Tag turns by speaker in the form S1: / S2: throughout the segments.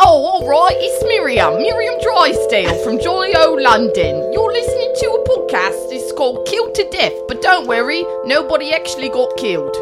S1: alright, Oh, it's Miriam, Miriam Drysdale from Jolly O London. You're listening to a podcast, it's called Killed to Death, but don't worry, nobody actually got killed.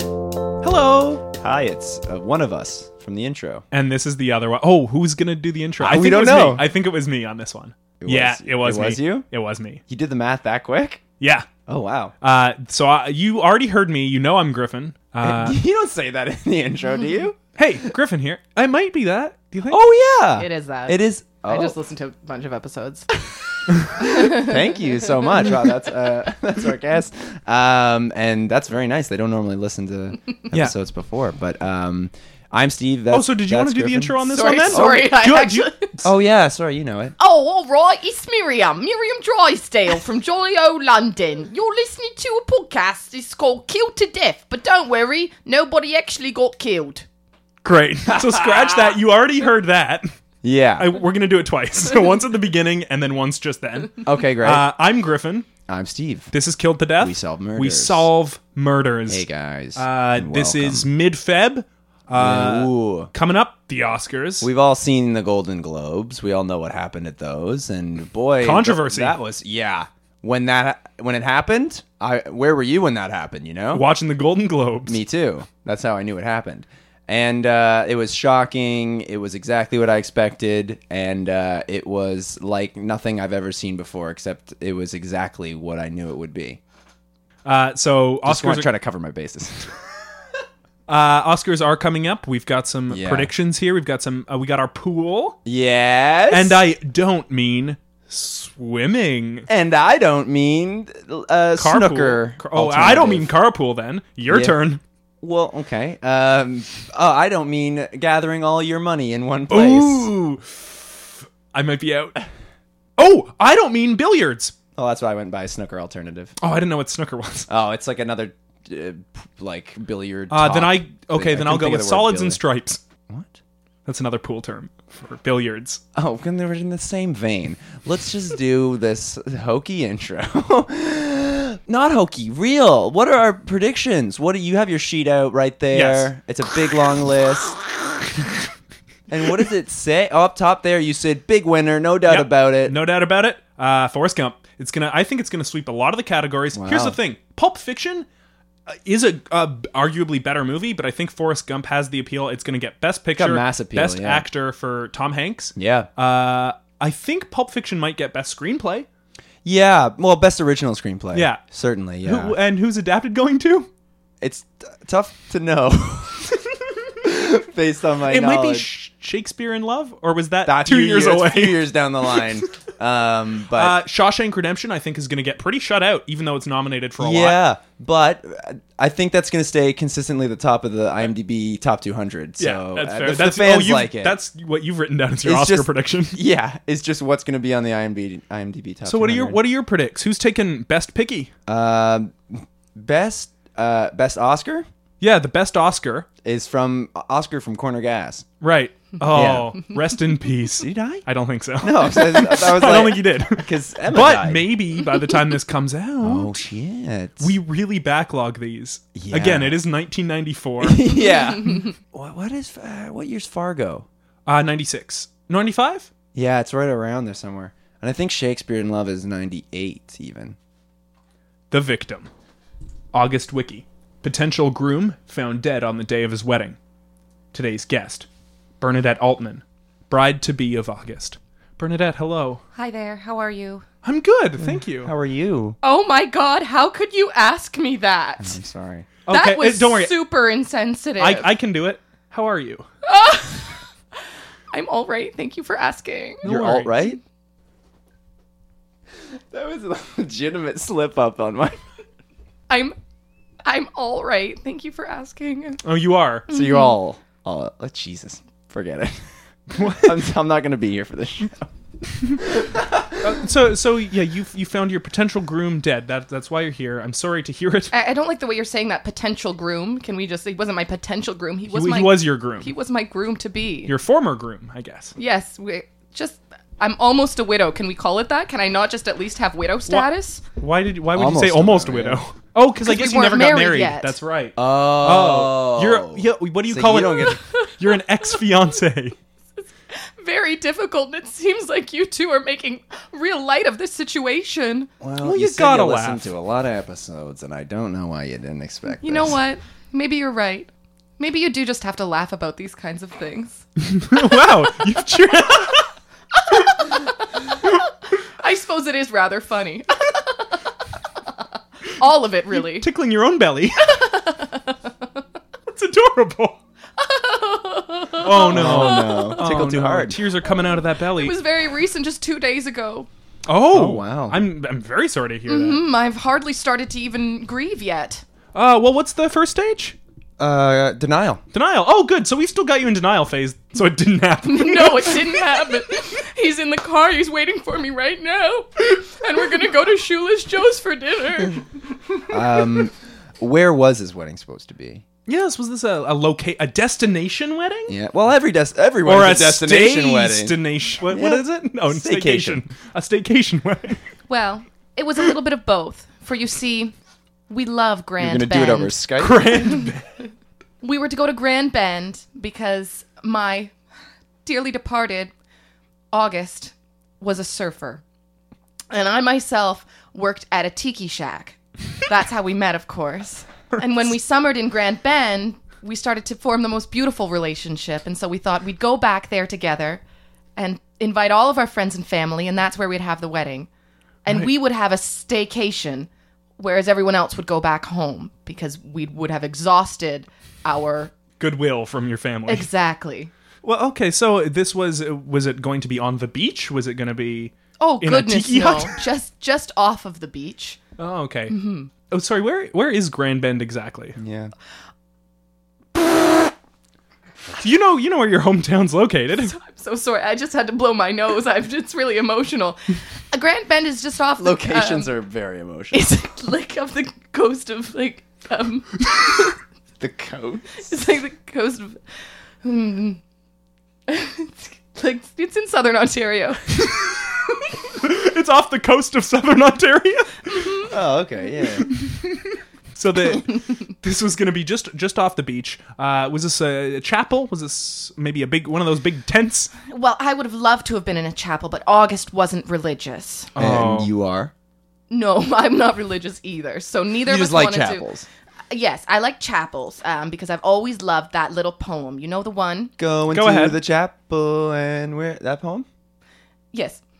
S2: Hello.
S3: Hi, it's uh, one of us from the intro.
S2: And this is the other one. Oh, who's gonna do the intro?
S3: I-
S2: I think
S3: Ah, we
S2: it
S3: don't
S2: was
S3: know.
S2: Me. I think it was me on this one.
S3: It
S2: yeah,
S3: was-
S2: it was.
S3: it was
S2: me.
S3: you?
S2: It was me.
S3: You did the math that quick?
S2: Yeah.
S3: Oh wow!
S2: Uh, so I, you already heard me. You know I'm Griffin. Uh,
S3: you don't say that in the intro, do you?
S2: hey, Griffin here. I might be that. Do you think?
S3: Oh yeah,
S1: It is that.
S3: It is. Oh,
S1: I just listened to a bunch of episodes.
S3: thank you so much. Wow, that's uh, that's our guest, um, and that's very nice. They don't normally listen to
S2: Yeah.
S3: episodes before, but um, I'm Steve. That's,
S2: Oh, so did you want
S3: that's
S2: to do the
S3: Griffin.
S2: intro on this
S1: Sorry,
S2: one then?
S1: sorry, I
S2: do you, do you-
S1: actually-
S3: Oh yeah, sorry, you know it.
S1: Oh, all right, it's Miriam, Miriam Drysdale from Jolly O London. You're listening to a podcast, it's called Killed to Death, but don't worry, nobody actually got killed.
S2: Great. So scratch that. You already heard that.
S3: Yeah.
S2: I, we're gonna do it twice. So once at the beginning and then once just then.
S3: okay, great.
S2: Uh, I'm Griffin.
S3: I'm Steve.
S2: This is Killed to Death.
S3: We solve
S2: We
S3: murders.
S2: solve murders.
S3: Hey guys.
S2: Uh,
S3: and
S2: this
S3: welcome.
S2: is mid Feb. Uh,
S3: Ooh.
S2: coming up, the Oscars.
S3: We've all seen the Golden Globes. We all know what happened at those, and boy,
S2: Controversy.
S3: That was yeah. When that when it happened, I where were you when that happened? You know,
S2: watching the Golden Globes.
S3: me too. That's how I knew it happened, and uh, it was shocking. It was exactly what I expected, and uh, it was like nothing I've ever seen before. Except it was exactly what I knew it would be.
S2: Uh, so
S3: Just want
S2: Oscars,
S3: to try to cover my bases.
S2: are, uh, Oscars are coming up. We've got some
S3: Yeah.
S2: predictions here. We've got some. Uh, we got our pool,
S3: yes,
S2: and I don't mean swimming.
S3: and I don't mean uh,
S2: Carpool.
S3: snooker.
S2: Car- oh, I
S3: alternative.
S2: don't mean carpool. Then your
S3: Yeah.
S2: turn.
S3: Well, okay. Um, oh, I don't mean gathering all your money in one place.
S2: Ooh, I might be out. Oh, I don't mean billiards.
S3: Oh, that's why I went by snooker alternative.
S2: Oh, I didn't know what snooker was.
S3: Oh, it's like another uh, p- like billiard.
S2: Uh, then
S3: top
S2: I
S3: thing.
S2: okay. then
S3: couldn't
S2: I'll go
S3: think of
S2: with
S3: the word
S2: solids and
S3: billiard.
S2: stripes.
S3: What?
S2: That's another pool term for billiards.
S3: Oh, then they were in the same vein. Let's just do this hokey intro. Not hokey, real. What are our predictions? What do you have your sheet out right there? It's
S2: Yes.
S3: a big long list. and what does it say? Oh, up top there, you said big winner, no doubt
S2: Yep.
S3: about it.
S2: No doubt about it. Uh, Forrest Gump. It's gonna. I think it's gonna sweep a lot of the categories. Here's
S3: Wow.
S2: the thing: Pulp Fiction uh, is a uh, arguably better movie, but I think Forrest Gump has the appeal. It's gonna get Best Picture,
S3: mass appeal,
S2: Best
S3: yeah.
S2: Actor for Tom Hanks.
S3: Yeah.
S2: Uh, I think Pulp Fiction might get Best Screenplay.
S3: Yeah, well, best original screenplay.
S2: Yeah.
S3: certainly. Yeah,
S2: Who, and who's adapted going to?
S3: it's t- tough to know based on my.
S2: It might be
S3: knowledge.
S2: Sh- Shakespeare in Love, or was that
S3: A
S2: two
S3: few
S2: years,
S3: a few
S2: away?
S3: years down the line. um,
S2: Uh,
S3: but
S2: Shawshank Redemption, I think, is going to get pretty shut out, even though it's nominated for a lot.
S3: yeah, but uh, I think that's going to stay consistently the top of the IMDb top 200. So
S2: yeah, that's
S3: uh,
S2: fair.
S3: if
S2: that's
S3: the fans
S2: oh, you've-
S3: like it.
S2: That's what you've written down as your
S3: It's
S2: Oscar
S3: just-
S2: prediction.
S3: yeah, it's just what's going to be on the IMDb IMDb top.
S2: So what are your
S3: 200.
S2: what are your predicts? Who's taking best picky?
S3: Um, best uh, best Oscar
S2: yeah, the best Oscar.
S3: is from Oscar from Corner Gas.
S2: Right. Oh, rest in peace.
S3: Did I?
S2: I don't think so.
S3: No, Oh, so I, I was
S2: I don't
S3: like-
S2: think you did.
S3: Because Emma
S2: But
S3: died.
S2: maybe by the time this comes out,
S3: Oh shit.
S2: we really backlog these.
S3: Yeah.
S2: Again, it is 1994,
S3: yeah. what, what is uh, what year's Fargo?
S2: uh, 96, 95.
S3: Yeah, it's right around there somewhere. And I think Shakespeare in Love is 98 even.
S2: The victim, August Wiki, potential groom found dead on the day of his wedding. Today's guest, Bernadette Altman, bride to be of August. Bernadette, hello.
S1: Hi there, how are you?
S2: I'm good, thank you.
S3: are you?
S1: Oh my god, how could you ask me that?
S3: I'm sorry.
S2: Okay,
S1: that was
S2: uh, don't worry.
S1: super insensitive.
S2: I, I can do it. How are you?
S1: am all right. Thank you for asking.
S3: You're
S2: worries.
S3: alt right? That was a legitimate slip up on my
S1: I'm I'm all right. Thank you for asking.
S2: Oh, you are.
S1: Mm.
S3: So you're all all oh, Jesus. Forget it. I'm, I'm not going to be here for this show.
S2: So so yeah, you you found your potential groom dead. That that's why you're here. I'm sorry to hear it.
S1: I, I don't like the way you're saying that potential groom. Can we just? He wasn't my potential groom. He was
S2: he,
S1: my.
S2: he was your groom.
S1: He was my groom to be.
S2: your former groom, I guess.
S1: yes. We, just. I'm almost a widow. Can we call it that? Can I not just at least have widow status?
S2: Why did why would you
S3: Almost
S2: say
S3: a
S2: almost
S3: widow,
S2: widow? Oh, because I
S1: we
S2: guess you
S1: weren't
S2: never got
S1: married
S2: married.
S1: yet.
S2: That's right.
S3: Oh,
S2: you're yeah, what do you
S3: So
S2: call
S3: you
S2: it?
S3: don't get-
S2: You're an ex fiance.
S1: Very difficult. and It seems like you two are making real light of this situation.
S3: Well,
S2: Well, you
S3: you, said
S2: gotta
S3: you listened
S2: laugh.
S3: to a lot of episodes, and I don't know why you didn't expect.
S1: You know what? Maybe you're right. Maybe you do just have to laugh about these kinds of things.
S2: wow, you've cheered.
S1: I suppose it is rather funny. All of it, really.
S2: tickling your own belly. That's adorable. oh no.
S3: Oh no! Tickle
S2: Oh,
S3: too
S2: no.
S3: hard.
S2: Tears are coming out of that belly.
S1: It was very recent, just two days ago.
S2: oh,
S3: Oh, wow.
S2: I'm I'm very sorry to hear
S1: Hmm, I've hardly started to even grieve yet.
S2: that. Uh, well, what's the first stage?
S3: Uh, denial.
S2: Denial. Oh, good. So we've still got you in denial phase. So it didn't happen.
S1: No, it didn't happen. He's in the car. He's waiting for me right now. And we're going to go to Shoeless Joe's for dinner.
S3: Um, where was his wedding supposed to be?
S2: yes. Was this a a locate a destination wedding?
S3: Yeah. Well, every des- everyone's
S2: Or a,
S3: a destination wedding.
S2: Destination. What, what
S3: Yeah.
S2: is it? No,
S3: Staycation.
S2: staycation. A staycation wedding.
S1: Well, it was a little bit of both. For you see, we love
S3: You're
S1: Grand
S3: gonna do it over Skype.
S2: Grand.
S1: we were to go to Grand Bend because my dearly departed August was a surfer. And I myself worked at a tiki shack. That's how we met, of course. And when we summered in Grand Bend, we started to form the most beautiful relationship. And so we thought we'd go back there together and invite all of our friends and family, and that's where we'd have the wedding. And we would have a staycation, whereas everyone else would go back home because we would have exhausted our.
S2: Goodwill from your family.
S1: Exactly.
S2: Well, okay. So this was was it going to be on the beach? Was it going to be?
S1: Oh
S2: In a E
S1: goodness,
S2: tiki
S1: no!
S2: hut?
S1: just just off of the beach,
S2: Oh, okay.
S1: Mm-hmm.
S2: Oh, sorry. Where where is Grand Bend exactly?
S3: Yeah.
S2: You know you know where your hometown's located.
S1: So sorry, I just had to blow my nose. I'm, it's really emotional. A Grand Bend is just off the,
S3: Locations
S1: Um,
S3: are very emotional.
S1: it's like off the coast of like um,
S3: the coat.
S1: it's like the coast of, hmm. it's like it's in southern Ontario.
S2: it's off the coast of southern Ontario.
S3: Oh, okay. Yeah.
S2: So the this was going to be just just off the beach. Uh, was this a, chapel? Was this maybe a big one of those big tents?
S1: Well, I would have loved to have been in a chapel, but August wasn't religious.
S2: Oh.
S3: And you are.
S1: No, I'm not religious either. So neither
S3: You
S1: of us
S3: just like
S1: wanted to.
S3: chapels.
S1: Yes, I like chapels um, because I've always loved that little poem. You know the one?
S3: Going
S2: Go
S3: to
S2: ahead.
S3: the chapel and where that poem?
S1: Yes,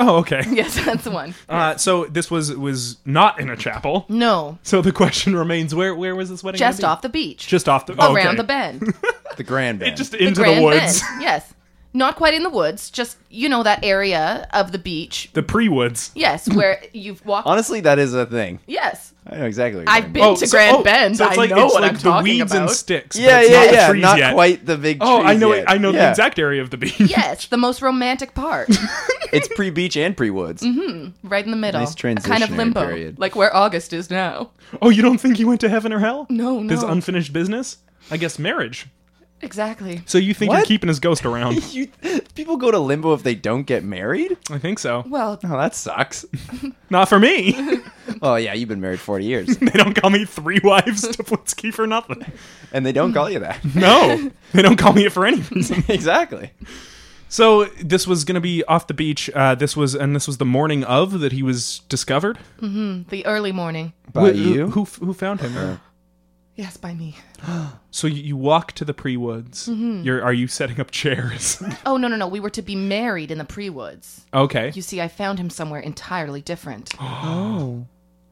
S2: Oh, okay.
S1: yes, that's the one.
S2: Uh, so this was was not in a chapel.
S1: No,
S2: So the question remains: Where where was this wedding?
S1: just
S2: gonna be?
S1: off the beach,
S2: Just off the oh,
S1: around
S2: okay.
S1: the bend,
S3: The Grand Band.
S2: Just into the,
S1: Grand
S2: woods.
S1: Bend. Yes, not quite in the woods, just you know that area of the beach.
S2: The pre woods.
S1: Yes, where you've walked.
S3: Honestly, that is a thing.
S1: yes,
S3: I know exactly. What you're
S1: I've
S3: talking
S1: been- to Grand Bend,
S2: So it's
S1: I
S2: like,
S1: know
S2: it's
S1: what
S2: like
S1: I'm
S2: the
S1: talking
S2: weeds and
S1: about.
S2: sticks. but
S3: Yeah,
S2: Oh, it's
S3: yeah,
S2: not
S3: yeah.
S2: trees
S3: Not
S2: yet.
S3: quite the big.
S2: Oh, I
S3: trees
S2: know.
S3: yet.
S2: I know the
S3: Yeah.
S2: exact area of the beach.
S1: yes, the most romantic part,
S3: It's pre beach and pre woods.
S1: right in the middle.
S3: Nice
S1: a kind of
S3: transitionary
S1: limbo,
S3: period.
S1: like where August is now.
S2: Oh, you don't think he went to heaven or hell?
S1: No,
S2: This
S1: no.
S2: unfinished business. I guess marriage.
S1: Exactly.
S2: So you think you're
S3: What?
S2: keeping his ghost around?
S3: You, people go to limbo if they don't get married.
S2: I think so.
S1: Well,
S3: Oh, that sucks.
S2: Not for me. they
S3: Oh yeah, you've been married forty years,
S2: don't call me three wives Toplitzky for nothing.
S3: and they don't call you that.
S2: No, they don't call me it for any reason.
S3: exactly.
S2: So this was gonna be off the beach. Uh, this was and this was the morning of that he was discovered.
S1: the early morning.
S3: By
S2: Wh-
S3: you,
S2: Who, who found him?
S1: Yes, by me.
S2: So you- you walk to the pre woods.
S1: Mm-hmm.
S2: You're are you setting up chairs?
S1: Oh no no no! We were to be married in the pre woods.
S2: okay.
S1: You see, I found him somewhere entirely different. Oh.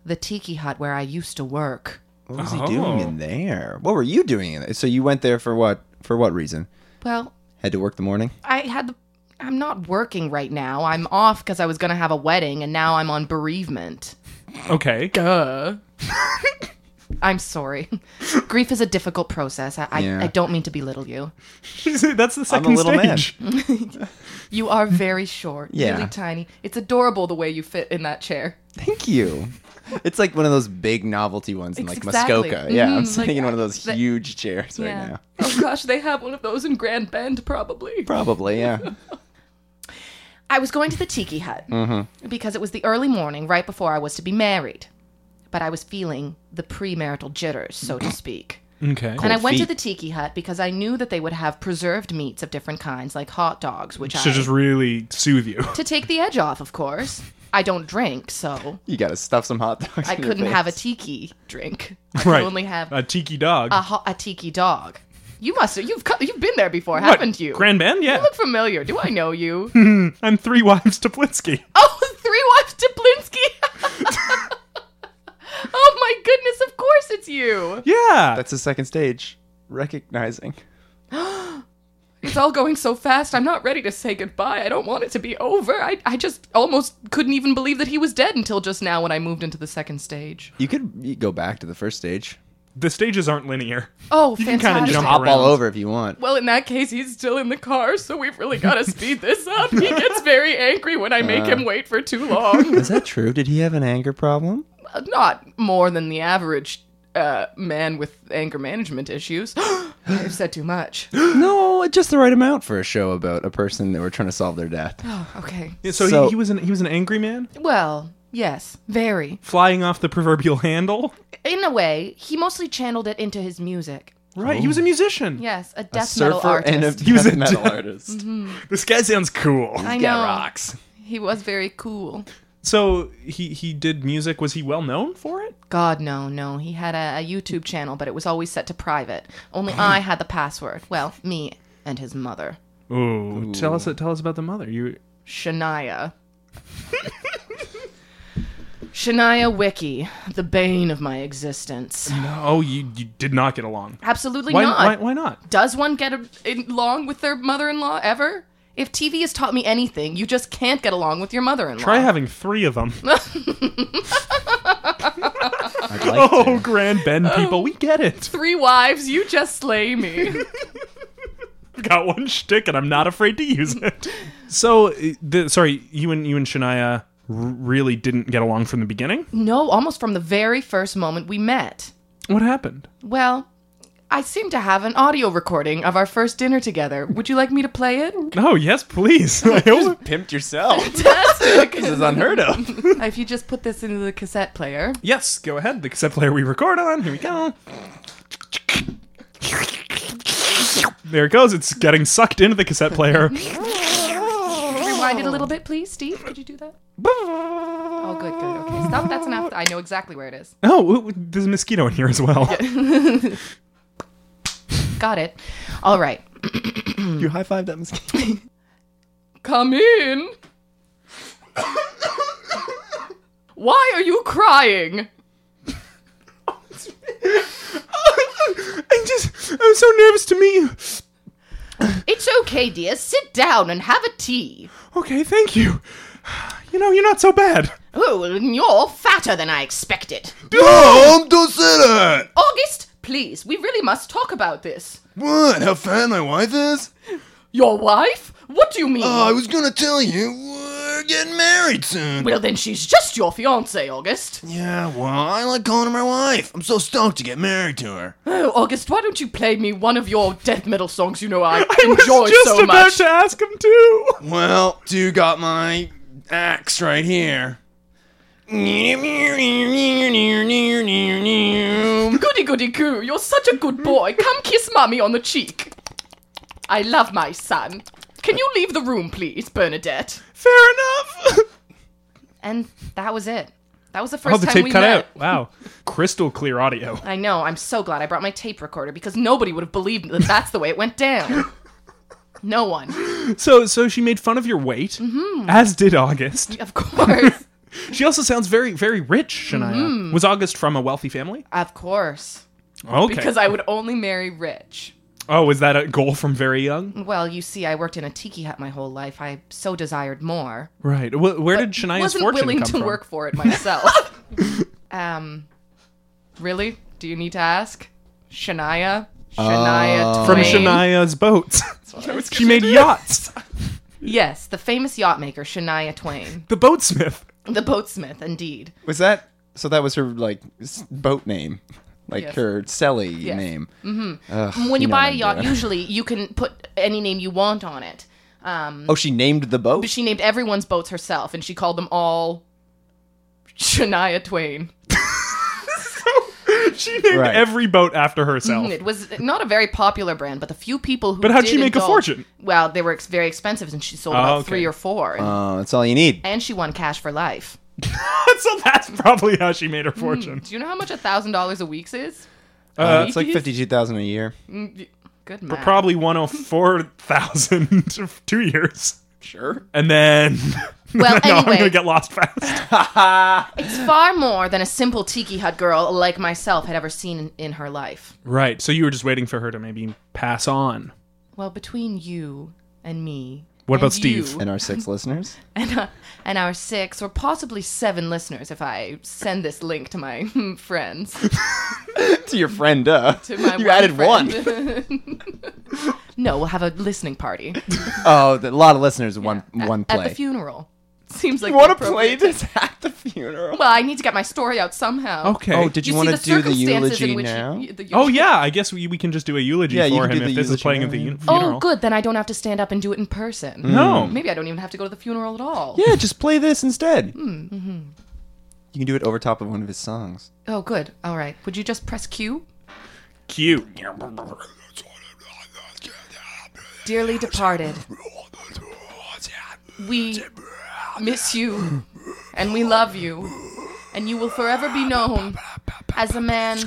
S1: The tiki hut where I used to work.
S3: what was
S2: Oh.
S3: he doing in there? What were you doing in there? So you went there for what? For what reason?
S1: Well,
S3: Had to work the morning.
S1: I had the. I'm not working right now. I'm off because I was going to have a wedding and now I'm on bereavement.
S2: okay.
S1: Duh. I'm sorry. Grief is a difficult process. I, I,
S3: Yeah.
S1: I don't mean to belittle you.
S2: That's the
S3: I'm
S2: second
S3: a little man.
S2: stage.
S1: You are very short,
S3: Yeah.
S1: really tiny. It's adorable the way you fit in that chair.
S3: Thank you. It's like one of those big novelty ones in like
S1: Exactly.
S3: Muskoka. Yeah, I'm
S1: Mhm,
S3: sitting
S1: like,
S3: in one of those
S1: the-
S3: huge chairs right now.
S1: oh gosh, they have one of those in Grand Bend, probably.
S3: Probably, yeah.
S1: I was going to the tiki hut
S2: Mm-hmm.
S1: because it was the early morning right before I was to be married, but I was feeling the premarital jitters, so to speak.
S2: Okay.
S1: and I went to
S3: feet.
S1: the tiki hut because I knew that they would have preserved meats of different kinds, like hot dogs, which
S2: Should
S1: I
S2: just really soothe you.
S1: to take the edge off, of course. I don't drink, so
S3: You gotta stuff some hot dogs.
S1: I
S3: in your
S1: couldn't have a
S3: face.
S1: tiki drink. I could
S2: right.
S1: only have
S2: a tiki dog.
S1: a, ho- a tiki dog. You must have, you've co- you've been there before,
S2: What?
S1: haven't you?
S2: Grand Bend? Yeah.
S1: You look familiar. Do I know you?
S2: I'm three wives to Plinsky.
S1: oh, three wives Toplinsky. oh my goodness! Of course it's you.
S2: Yeah.
S3: That's the second stage. Recognizing.
S1: It's all going so fast. I'm not ready to say goodbye. I don't want it to be over. I I just almost couldn't even believe that he was dead until just now when I moved into the second stage.
S3: You could you go back to the first stage.
S2: the stages aren't linear.
S1: Oh,
S2: You can kinda
S1: fantastic!
S2: jump
S3: Hop all
S2: Around.
S3: over if you want.
S1: Well, in that case, he's still in the car, so we've really got to speed this up. He gets very angry when I make him
S2: Uh.
S1: wait for too long.
S3: Is that true? Did he have an anger problem?
S1: Not more than the average uh, man with anger management issues. I've said too much.
S3: no, just the right amount for a show about a person that we're trying to solve their death.
S1: Oh, okay.
S2: Yeah, so
S3: So-
S2: he, he was an he was an angry man
S1: Well, yes, very.
S2: flying off the proverbial handle.
S1: In a way, he mostly channeled it into his music.
S2: Right. He was a musician.
S1: Yes, a
S3: A
S1: death metal
S3: surfer
S1: artist. Mm-hmm.
S3: and a
S2: He was
S3: death
S2: a
S3: metal
S2: death-
S3: artist.
S2: This guy sounds cool.
S1: I
S3: This guy
S1: know.
S3: rocks.
S1: He was very cool.
S2: So he he did music. Was he well known for it?
S1: God, no, no. He had a, a YouTube channel, but it was always set to private. Only I had the password. Well, me and his mother,
S2: Ooh. Tell us tell us about the mother. You
S1: Shania. Shania Wiki, the bane of my existence.
S2: Oh, you you did not get along.
S1: Absolutely
S2: Why
S1: not.
S2: why why not?
S1: Does one get a- in- along with their mother in law ever? If TV has taught me anything, you just can't get along with your mother in law.
S2: Try having three of them.
S3: I'd like
S2: oh,
S3: to.
S2: Grand Bend people, we get it.
S1: Three wives, you just slay me.
S2: Got one shtick, and I'm not afraid to use it. So, uh, the, sorry, you and you and Shania r- really didn't get along from the beginning.
S1: no, almost from the very first moment we met.
S2: What happened?
S1: Well, I seem to have an audio recording of our first dinner together. Would you like me to play it?
S2: Oh yes, please. I hope-
S3: Pimped yourself.
S1: Fantastic.
S3: this is unheard of.
S1: if you just put this into the cassette player.
S2: yes, go ahead. The cassette player we record on. Here we go. There it goes. It's getting sucked into the cassette player.
S1: Rewind it a little bit, please, Steve. Could you do that? Oh, good, good. Okay, stop. That's enough. I know exactly where it is.
S2: Oh, ooh, there's a mosquito in here as well.
S1: Got it. All right.
S3: You high five that mosquito.
S1: Come in. Why are you crying?
S2: I just, I'm so nervous to meet you.
S1: It's okay, dear. Sit down and have a tea.
S2: Okay, thank you. You know, you're not so bad.
S1: Oh, and you're fatter than I expected.
S3: Don't do that.
S1: August, please, we really must talk about this.
S3: What? How fat my wife is?
S1: Your wife? What do you mean?
S3: was gonna tell you we're getting married soon.
S1: well, then she's just your fiance, August.
S3: Yeah, well, I like calling her my wife. I'm so stoked to get married to her.
S1: Oh, August, why don't you play me one of your death metal songs you know I,
S2: I was
S1: enjoy
S2: just
S1: so
S2: about
S1: much?
S2: to ask him too.
S3: Well, dude got my axe right here.
S1: Goody goody goo, you're such a good boy. Come kiss mommy on the cheek. I love my son. Can you leave the room, please, Bernadette?
S2: Fair enough.
S1: And that was it. That was the first
S2: Oh, the
S1: time
S2: tape
S1: we
S2: cut
S1: met.
S2: out. Wow, crystal clear audio.
S1: I know. I'm so glad I brought my tape recorder because nobody would have believed that that's the way it went down. No one.
S2: So, so she made fun of your weight,
S1: Mm-hmm.
S2: as did August.
S1: Of course.
S2: She also sounds very, very rich. Shania
S1: Mm-hmm.
S2: was August from a wealthy family.
S1: Of course.
S2: Okay.
S1: Because I would only marry rich.
S2: oh, was that a goal from very young?
S1: Well, you see, I worked in a tiki hut my whole life. I so desired more.
S2: Right. Wh- where did Shania's
S1: wasn't
S2: fortune
S1: willing
S2: come
S1: to
S2: from?
S1: work for it myself. um, really? Do you need to ask? Shania. Shania
S2: Uh, From
S1: Twain.
S2: Shania's boats. she made yachts.
S1: Yes, the famous yacht maker Shania Twain,
S2: The boatsmith.
S1: the boatsmith, indeed.
S3: Was that so? That was her like s- boat name, like
S1: Yes.
S3: her celly
S1: Yes. Mm-hmm.
S3: name.
S1: When you
S3: know
S1: buy
S3: what
S1: a
S3: I'm
S1: yacht,
S3: doing.
S1: usually you can put any name you want on it. Um,
S3: Oh, she named the boat.
S1: but she named everyone's boats herself, and she called them all Shania Twain.
S2: She named
S3: Right.
S2: every boat after herself.
S1: It was not a very popular brand, but the few people who.
S2: But how'd
S1: did
S2: she make a
S1: indulge-
S2: fortune?
S1: Well, they were ex- very expensive, and she sold
S2: Oh,
S1: about
S2: okay.
S1: three or four, and,
S3: Oh, that's all you need.
S1: and she won cash for life.
S2: so that's probably how she made her fortune.
S1: Do you know how much a thousand dollars a week is?
S3: Uh,
S2: Uh,
S3: it's like fifty-two thousand a year.
S1: Good math.
S2: probably 104,000 of two years.
S3: Sure.
S2: And then.
S1: Well,
S2: no, I'm going to
S1: anyway.
S2: get lost fast.
S1: It's far more than a simple tiki hut girl like myself had ever seen in, in her life.
S2: right. So you were just waiting for her to maybe pass on.
S1: Well, between you and me.
S2: What about
S1: and you
S2: Steve?
S3: And our six listeners.
S1: And, uh, and our six or possibly seven listeners, if I send this link to my friends.
S3: to your friend, uh.
S1: To my
S3: you added one.
S1: friend. no, we'll have a listening party
S3: Oh, the- a lot of listeners. One one
S1: at
S3: play.
S1: the funeral. Seems like
S3: you want
S1: the
S3: to play
S1: appropriate-
S3: this at the funeral?
S1: Well, I need to get my story out somehow.
S2: Okay.
S3: Oh, did you,
S1: see
S3: want to
S1: the
S3: do the
S1: circumstances in
S3: eulogy
S1: which you-
S3: now?
S1: you- the-
S2: Oh, yeah. I guess we, we can just do a eulogy
S3: Yeah, you
S2: for
S3: can do
S2: him
S3: the
S2: if this is
S3: eulogy
S2: playing at
S3: now,
S2: the
S3: yeah.
S2: un-
S1: Oh,
S2: funeral.
S1: good. Then I don't have to stand up and do it in person. Mm.
S2: No.
S1: Maybe I don't even have to go to the funeral at all.
S3: Yeah, just play this instead.
S1: Hmm,
S3: You can do it over top of one of his songs.
S1: Oh, good. All right. Would you just press Q?
S2: Cute.
S1: Dearly departed, we miss you and we love you, and you will forever be known as a man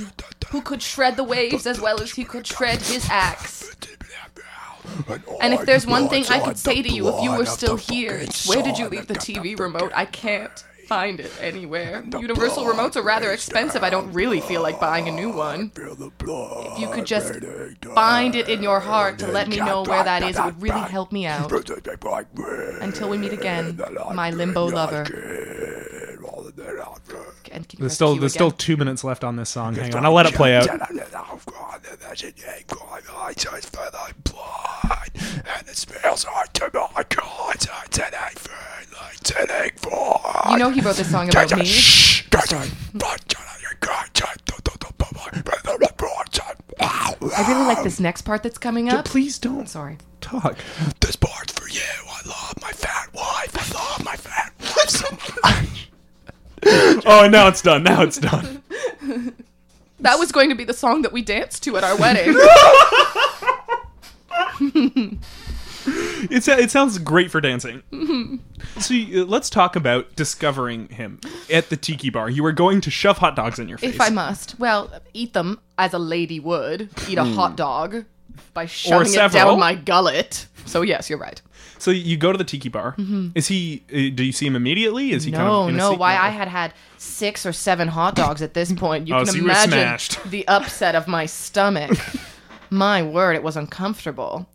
S1: who could shred the waves as well as he could shred his axe. And if there's one thing I could say to you if you were still here, where did you leave the TV remote? I can't find it anywhere. Universal remotes are rather expensive. I don't really feel like buying a new one. If you could just find it in your heart to let me know where that is, it would really help me out. Until we meet again, my limbo lover. And can you
S2: There's still,
S1: rescue
S2: there's still
S1: again?
S2: two minutes left on this song. Hang on. I'll let it play out.
S1: You know he wrote this song about me. I really like this next part that's coming up.
S2: Please don't
S1: Sorry.
S2: talk.
S4: This part's for you. I love my fat wife. I love my fat wife so much.
S2: Oh, now it's done. Now it's done.
S1: That was going to be the song that we danced to at our wedding.
S2: It's, it sounds great for dancing. so you, let's talk about discovering him at the tiki bar. You were going to shove hot dogs in your face.
S1: if I must. Well, eat them as a lady would eat a hot dog by
S2: Hmm. Or
S1: shoving it
S2: several.
S1: down my gullet. So yes, you're right.
S2: so you go to the tiki bar. Is he? uh, Do you see him immediately? Is he? kind
S1: Mm-hmm. No,
S2: of in a
S1: no.
S2: seat?
S1: Why I had had six or seven hot dogs at this point. You
S2: Oh,
S1: can
S2: so you were
S1: imagine
S2: smashed.
S1: the upset of my stomach. my word, it was uncomfortable.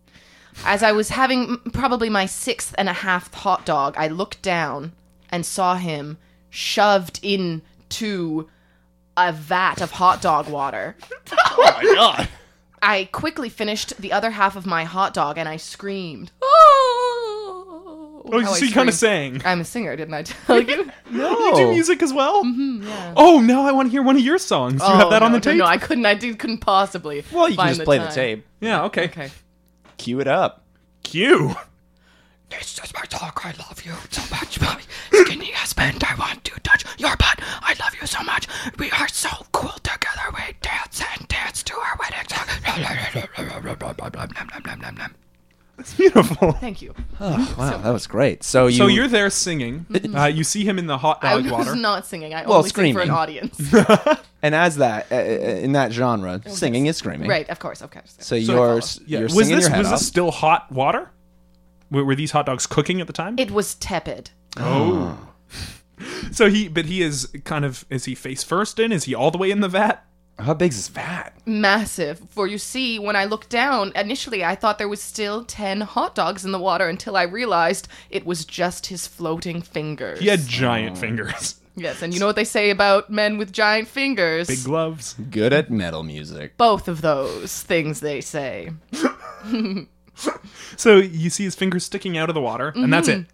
S1: As I was having m- probably my sixth and a half hot dog, I looked down and saw him shoved into a vat of hot dog water.
S3: Oh my god.
S1: I quickly finished the other half of my hot dog and I screamed. Oh,
S2: Oh,
S1: How I
S2: so you
S1: screamed.
S2: kind of sang.
S1: I'm a singer, didn't I tell you?
S2: You do music as well. Oh, now I want to hear one of your songs. you have that
S1: no,
S2: on the
S1: Mm-hmm, Oh, no, No,
S2: tape.
S1: I couldn't. I did, couldn't possibly.
S3: Well, you can
S1: find
S3: just play the
S1: time.
S3: tape.
S2: yeah. Okay.
S1: Okay.
S3: Cue it up.
S2: Cue.
S4: This is my talk. I love you so much, my skinny husband. I want to touch your butt. I love you so much. We are so cool together. We dance and dance to our wedding song.
S2: It's beautiful.
S1: Thank you.
S3: Wow, that was great. So you
S2: So you're there singing. Uh, you see him in the hot
S1: Mm-hmm. I
S2: dog
S1: was
S2: water.
S1: not singing. I
S3: Well,
S1: only sing for an
S3: screaming.
S1: audience.
S3: and as that uh, uh, in that genre, singing is screaming.
S1: Oh, right. Of course. Of course.
S3: So uh,
S2: So-
S3: you're
S2: Yeah.
S3: you're
S2: was
S3: singing
S2: this
S3: your head
S2: was
S3: off.
S2: this still hot water? Were, were these hot dogs cooking at the time?
S1: It was tepid.
S2: Oh. so he, but he is kind of, is he face first in? Is he all the way in the vat?
S3: How big's his fat?
S1: Mm. massive. For you see, when I looked down, initially I thought there was still 10 hot dogs in the water until I realized it was just his floating fingers.
S2: He had giant fingers,
S1: Yes, and you know what they say about men with giant fingers?
S2: big gloves.
S3: Good at metal music.
S1: Both of those things they say.
S2: So you see his fingers sticking out of the water, and that's it.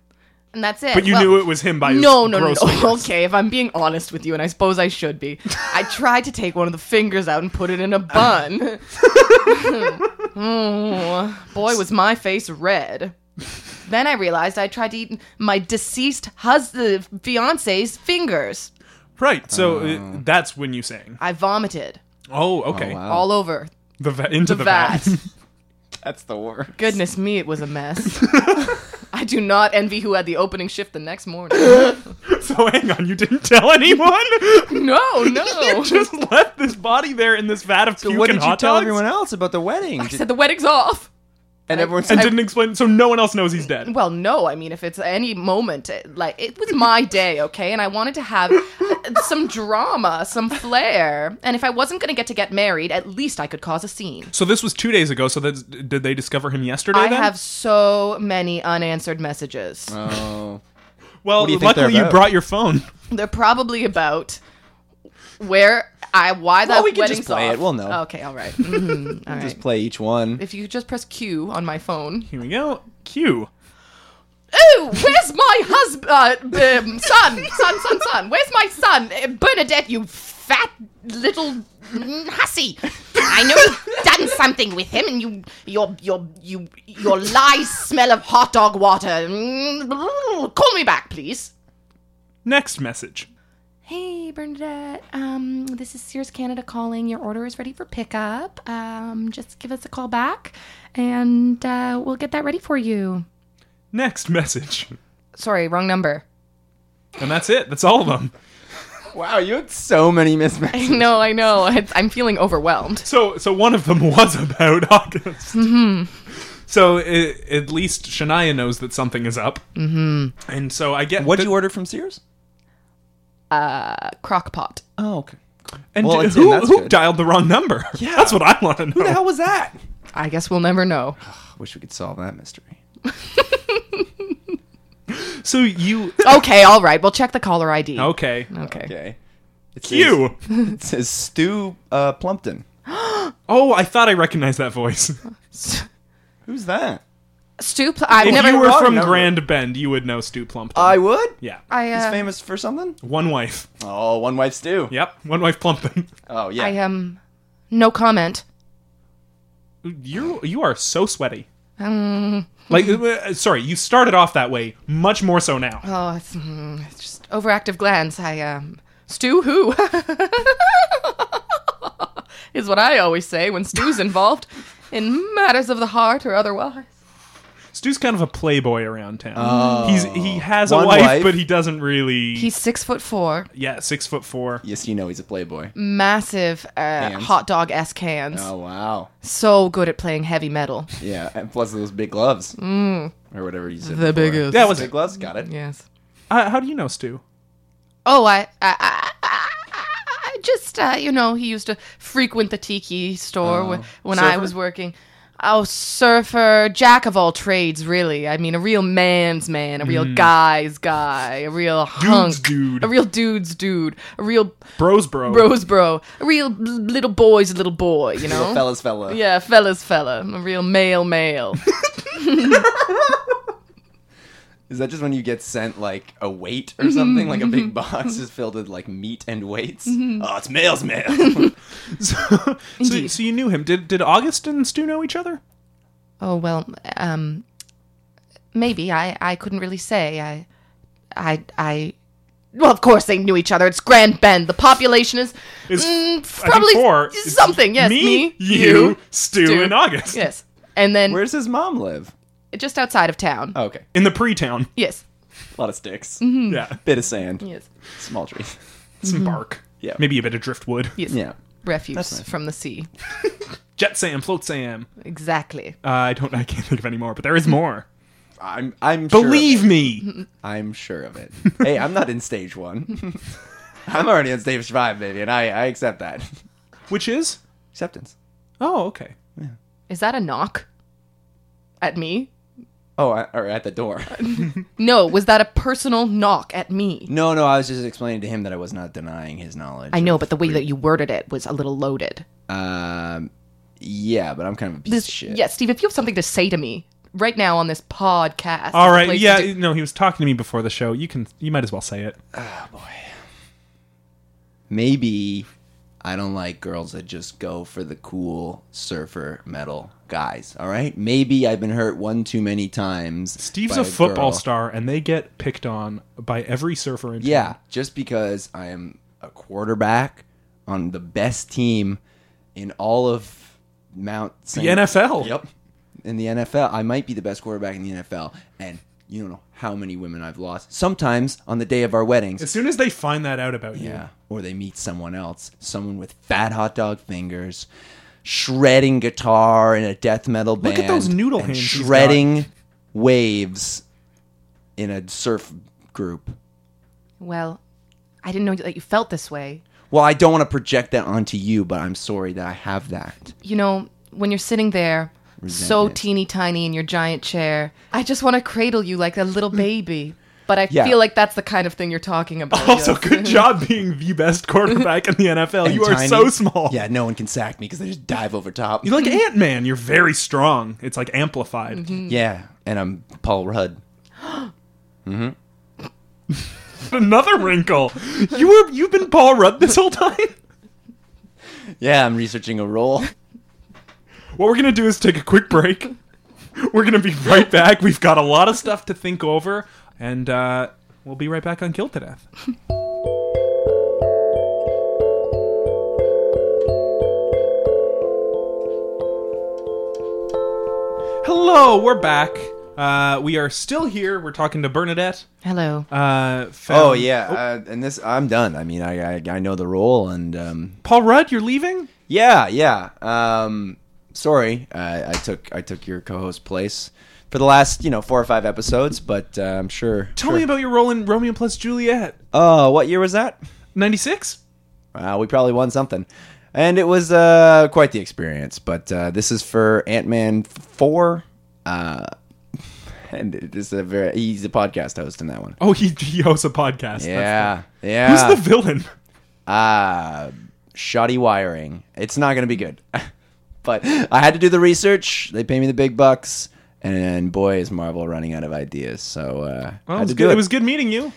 S1: And that's it.
S2: But you
S1: Well-
S2: knew it was him by his
S1: No, no, no,
S2: gross
S1: no.
S2: fingers.
S1: Okay, if I'm being honest with you, and I suppose I should be, I tried to take one of the fingers out and put it in a bun. Oh, boy, was my face red. Then I realized I tried to eat my deceased husband, fiance's fingers.
S2: Right. So uh, that's when you sang.
S1: I vomited
S2: Oh, okay.
S3: wow.
S1: all over
S2: The va- into
S1: the
S2: the, vat.
S1: vat.
S3: That's the word.
S1: Goodness me, it was a mess. I do not envy who had the opening shift the next morning.
S2: so hang on, you didn't tell anyone.
S1: No, no.
S2: you just left this body there in this vat of puke
S3: what did
S2: and
S3: you
S2: hot
S3: tell
S2: dogs,
S3: everyone else about the wedding?
S1: I said the wedding's off.
S3: and everyone
S2: and
S3: said,
S2: didn't explain. So no one else knows he's dead.
S1: Well, no. I mean, if it's any moment, it, like it was my day, okay, and I wanted to have uh, some drama, some flair, and if I wasn't going to get to get married, at least I could cause a scene.
S2: So this was two days ago. So that's, did they discover him yesterday?
S1: I
S2: then?
S1: have so many unanswered messages.
S3: "Oh,
S2: Well,
S3: What do you think they're
S2: luckily you
S3: about?
S2: brought your phone.
S1: They're probably about where I why that
S3: Well, we can just
S1: wedding's
S3: play
S1: off.
S3: it. We'll know.
S1: Okay, all right. Mhm, all
S3: just
S1: right.
S3: play each one."
S1: If you could just press Q on my phone.
S2: Here we go. Q.
S1: Ooh, where's my husband? Um, son, son, son, son. Where's my son? Uh, Bernadette, you fat little hussy.
S5: I know you've done something with him, and you, your, your, you, your lies smell of hot dog water.
S1: Mm, Call me back, please.
S2: Next message.
S5: Hey, Bernadette. Um, this is Sears Canada calling. Your order is ready for pickup. Um, just give us a call back, and uh, we'll get that ready for you.
S2: Next message.
S1: Sorry, wrong number.
S2: And that's it. That's all of them.
S3: Wow, you had so many mismatches.
S1: No, I know. It's, I'm feeling overwhelmed.
S2: So, so one of them was about August.
S3: Mm-hmm.
S2: So i at least Shania knows that something is up. Mm-hmm. And so I get
S3: What would you order from Sears?
S1: Uh, Crockpot.
S3: Oh, okay.
S2: And
S3: Well,
S2: d-
S3: it's in,
S2: who,
S3: that's
S2: who
S3: good.
S2: dialed the wrong number?
S3: Yeah.
S2: that's what I want to know.
S3: Who the hell was that?
S1: I guess we'll never know.
S3: Wish we could solve that mystery.
S2: So you
S1: Okay, all right. We'll check the caller ID.
S2: okay?
S1: Okay.
S3: Okay. It
S2: Q.
S3: Says, it says Stu uh, Plumpton.
S2: Oh, I thought I recognized that voice.
S3: Who's that?
S1: Stu, pl- I've
S2: If
S1: never.
S2: you were
S3: wrong
S2: from
S3: number.
S2: Grand Bend, you would know Stu Plumpton.
S3: I would.
S2: yeah,
S1: I,
S3: He's
S1: uh,
S3: famous for something.
S2: one wife.
S3: Oh, one wife Stu.
S2: Yep, one wife Plumpton.
S3: Oh yeah.
S1: I um, no comment.
S2: You you are so sweaty. Like, uh, sorry, you started off that way. Much more so now.
S1: Oh, it's, mm, it's just overactive glands. I um, stew who is what I always say when Stu's involved in matters of the heart or otherwise.
S2: Stu's kind of a playboy around town. He's he has a
S3: Oh. One
S2: wife,
S3: wife.
S2: but he doesn't really.
S1: He's six foot four,
S2: yeah, six foot four.
S3: yes, you know he's a playboy.
S1: Mm. massive uh, hot dog s cans.
S3: Oh wow.
S1: So good at playing heavy metal.
S3: Yeah, and plus those big gloves or whatever you said.
S1: Mm. The
S3: before.
S1: biggest.
S2: That was
S3: big
S2: it.
S3: gloves. Got it.
S1: Yes.
S2: Uh, how do you know Stu?
S1: Oh, I, I, I, I, I just, uh, you know, he used to frequent the tiki store when, when I
S3: Surfer?
S1: was working. Oh, surfer, jack of all trades, really. I mean, a real man's man, a real guy's guy, a real hunk,
S2: dude.
S1: a real dude's dude, a real
S2: Bros, bro.
S1: bros bro, a real l- little boy's little boy, you know?
S3: Little fella's fella.
S1: Yeah, fella's fella, a real male male.
S3: Is that just when you get sent like a weight
S1: Mm-hmm.
S3: or something? Like a big box is filled with like meat and weights.
S1: Mm-hmm.
S3: Oh, it's male's mail.
S2: So, so, so you knew him. Did did August and Stu know each other?
S1: Oh well, um, maybe I I couldn't really say I, I I. Well, of course they knew each other. It's Grand Bend. The population is,
S2: Is
S1: mm,
S2: I think
S1: probably
S2: four. It's
S1: something. Yes,
S2: me,
S1: me,
S2: you, Stu,
S1: Stu.
S2: and August.
S1: Yes, and then
S3: Where's his mom live?
S1: just outside of town.
S3: Oh, okay,
S2: In the pre-town.
S1: Yes,
S3: a lot of sticks,
S1: Mm-hmm. Hmm.
S2: Yeah,
S3: bit of sand,
S1: yes,
S3: small trees.
S2: some
S1: Mm-hmm.
S2: bark.
S3: Yeah.
S2: maybe a bit of driftwood.
S1: yes.
S3: Yeah.
S1: Refuse from the sea.
S2: Jet Sam, Float Sam.
S1: Exactly.
S2: Uh, I don't. I can't think of any more, but there is more.
S3: I'm I'm sure
S2: Believe me.
S3: of it. I'm sure of it. hey, I'm not in stage one. I'm already on stage five, baby, and I, I accept that.
S2: which is
S3: Acceptance.
S2: oh okay.
S1: Is that a knock at me?
S3: Oh, I, or at the door.
S1: No, was that a personal knock at me?
S3: no, no, I was just explaining to him that I was not denying his knowledge.
S1: I know, but the way that you worded it was a little loaded.
S3: Um, yeah, but I'm kind of a piece
S1: This,
S3: of shit.
S1: Yeah, Steve, if you have something to say to me right now on this podcast. it's
S2: All
S1: the
S2: right,
S1: place
S2: yeah,
S1: to do-
S2: no, he was talking to me before the show. You can, you might as well say it.
S3: Maybe I don't like girls that just go for the cool surfer metal guys. All right. Maybe I've been hurt one too many times.
S2: Steve's
S3: by
S2: a football
S3: girl.
S2: star, and they get picked on by every surfer. In
S3: Yeah, just because I am a quarterback on the best team in all of Mount Saint-
S2: NFL.
S3: Yep. In the NFL, I might be the best quarterback in the NFL, and you don't know how many women I've lost. Sometimes on the day of our weddings.
S2: As soon as they find that out about you,
S3: yeah. Or they meet someone else, someone with fat hot dog fingers, shredding guitar in a death metal band.
S2: at those noodle
S3: and
S2: hands he's got.
S3: Shredding waves in a surf group.
S1: Well, I didn't know that you felt this way.
S3: Well, I don't want to project that onto you, but I'm sorry that I have that.
S1: You know, when you're sitting there so
S3: Resentment.
S1: teeny tiny in your giant chair, I just want to cradle you like a little baby. But I
S3: Mm. Yeah.
S1: feel like that's the kind of thing you're talking about.
S2: Also,
S1: Yes.
S2: good job being the best quarterback in the NFL. you
S3: And
S2: are
S3: tiny-
S2: so small.
S3: Yeah, no one can sack me because they just dive over top.
S2: You're like Ant Man. You're very strong. It's like amplified.
S3: yeah, and I'm Paul Rudd.
S2: Another wrinkle. You were you've been Paul Rudd this whole time.
S3: Yeah, I'm researching a role.
S2: What we're gonna do is take a quick break. We're gonna be right back. We've got a lot of stuff to think over, and uh, we'll be right back on Killed to Death. Hello, we're back. Uh, we are still here. We're talking to Bernadette.
S1: Hello.
S2: Uh, found-
S3: Oh yeah, Uh, and this I'm done. I mean, I I, I know the role, and um,
S2: Paul Rudd, you're leaving.
S3: yeah, yeah. Um, sorry, uh, I took I took your co-host place for the last you know four or five episodes, but uh, I'm sure.
S2: Tell me about your role in Romeo plus Juliet.
S3: Oh, what year was that?
S2: Ninety six.
S3: Uh, we probably won something. And it was uh, quite the experience. But uh, this is for Ant Man 4. Uh, and this is a very, he's a podcast host in that one.
S2: Oh, he, he hosts a podcast. That's
S3: yeah.
S2: Who's
S3: Yeah.
S2: the villain?
S3: uh, shoddy wiring. It's not going to be good. but I had to do the research. They pay me the big bucks. And boy, is Marvel running out of ideas. So uh, I
S2: Well,
S3: had
S2: it, was
S3: to
S2: good.
S3: do
S2: It.
S3: it.
S2: was good meeting you.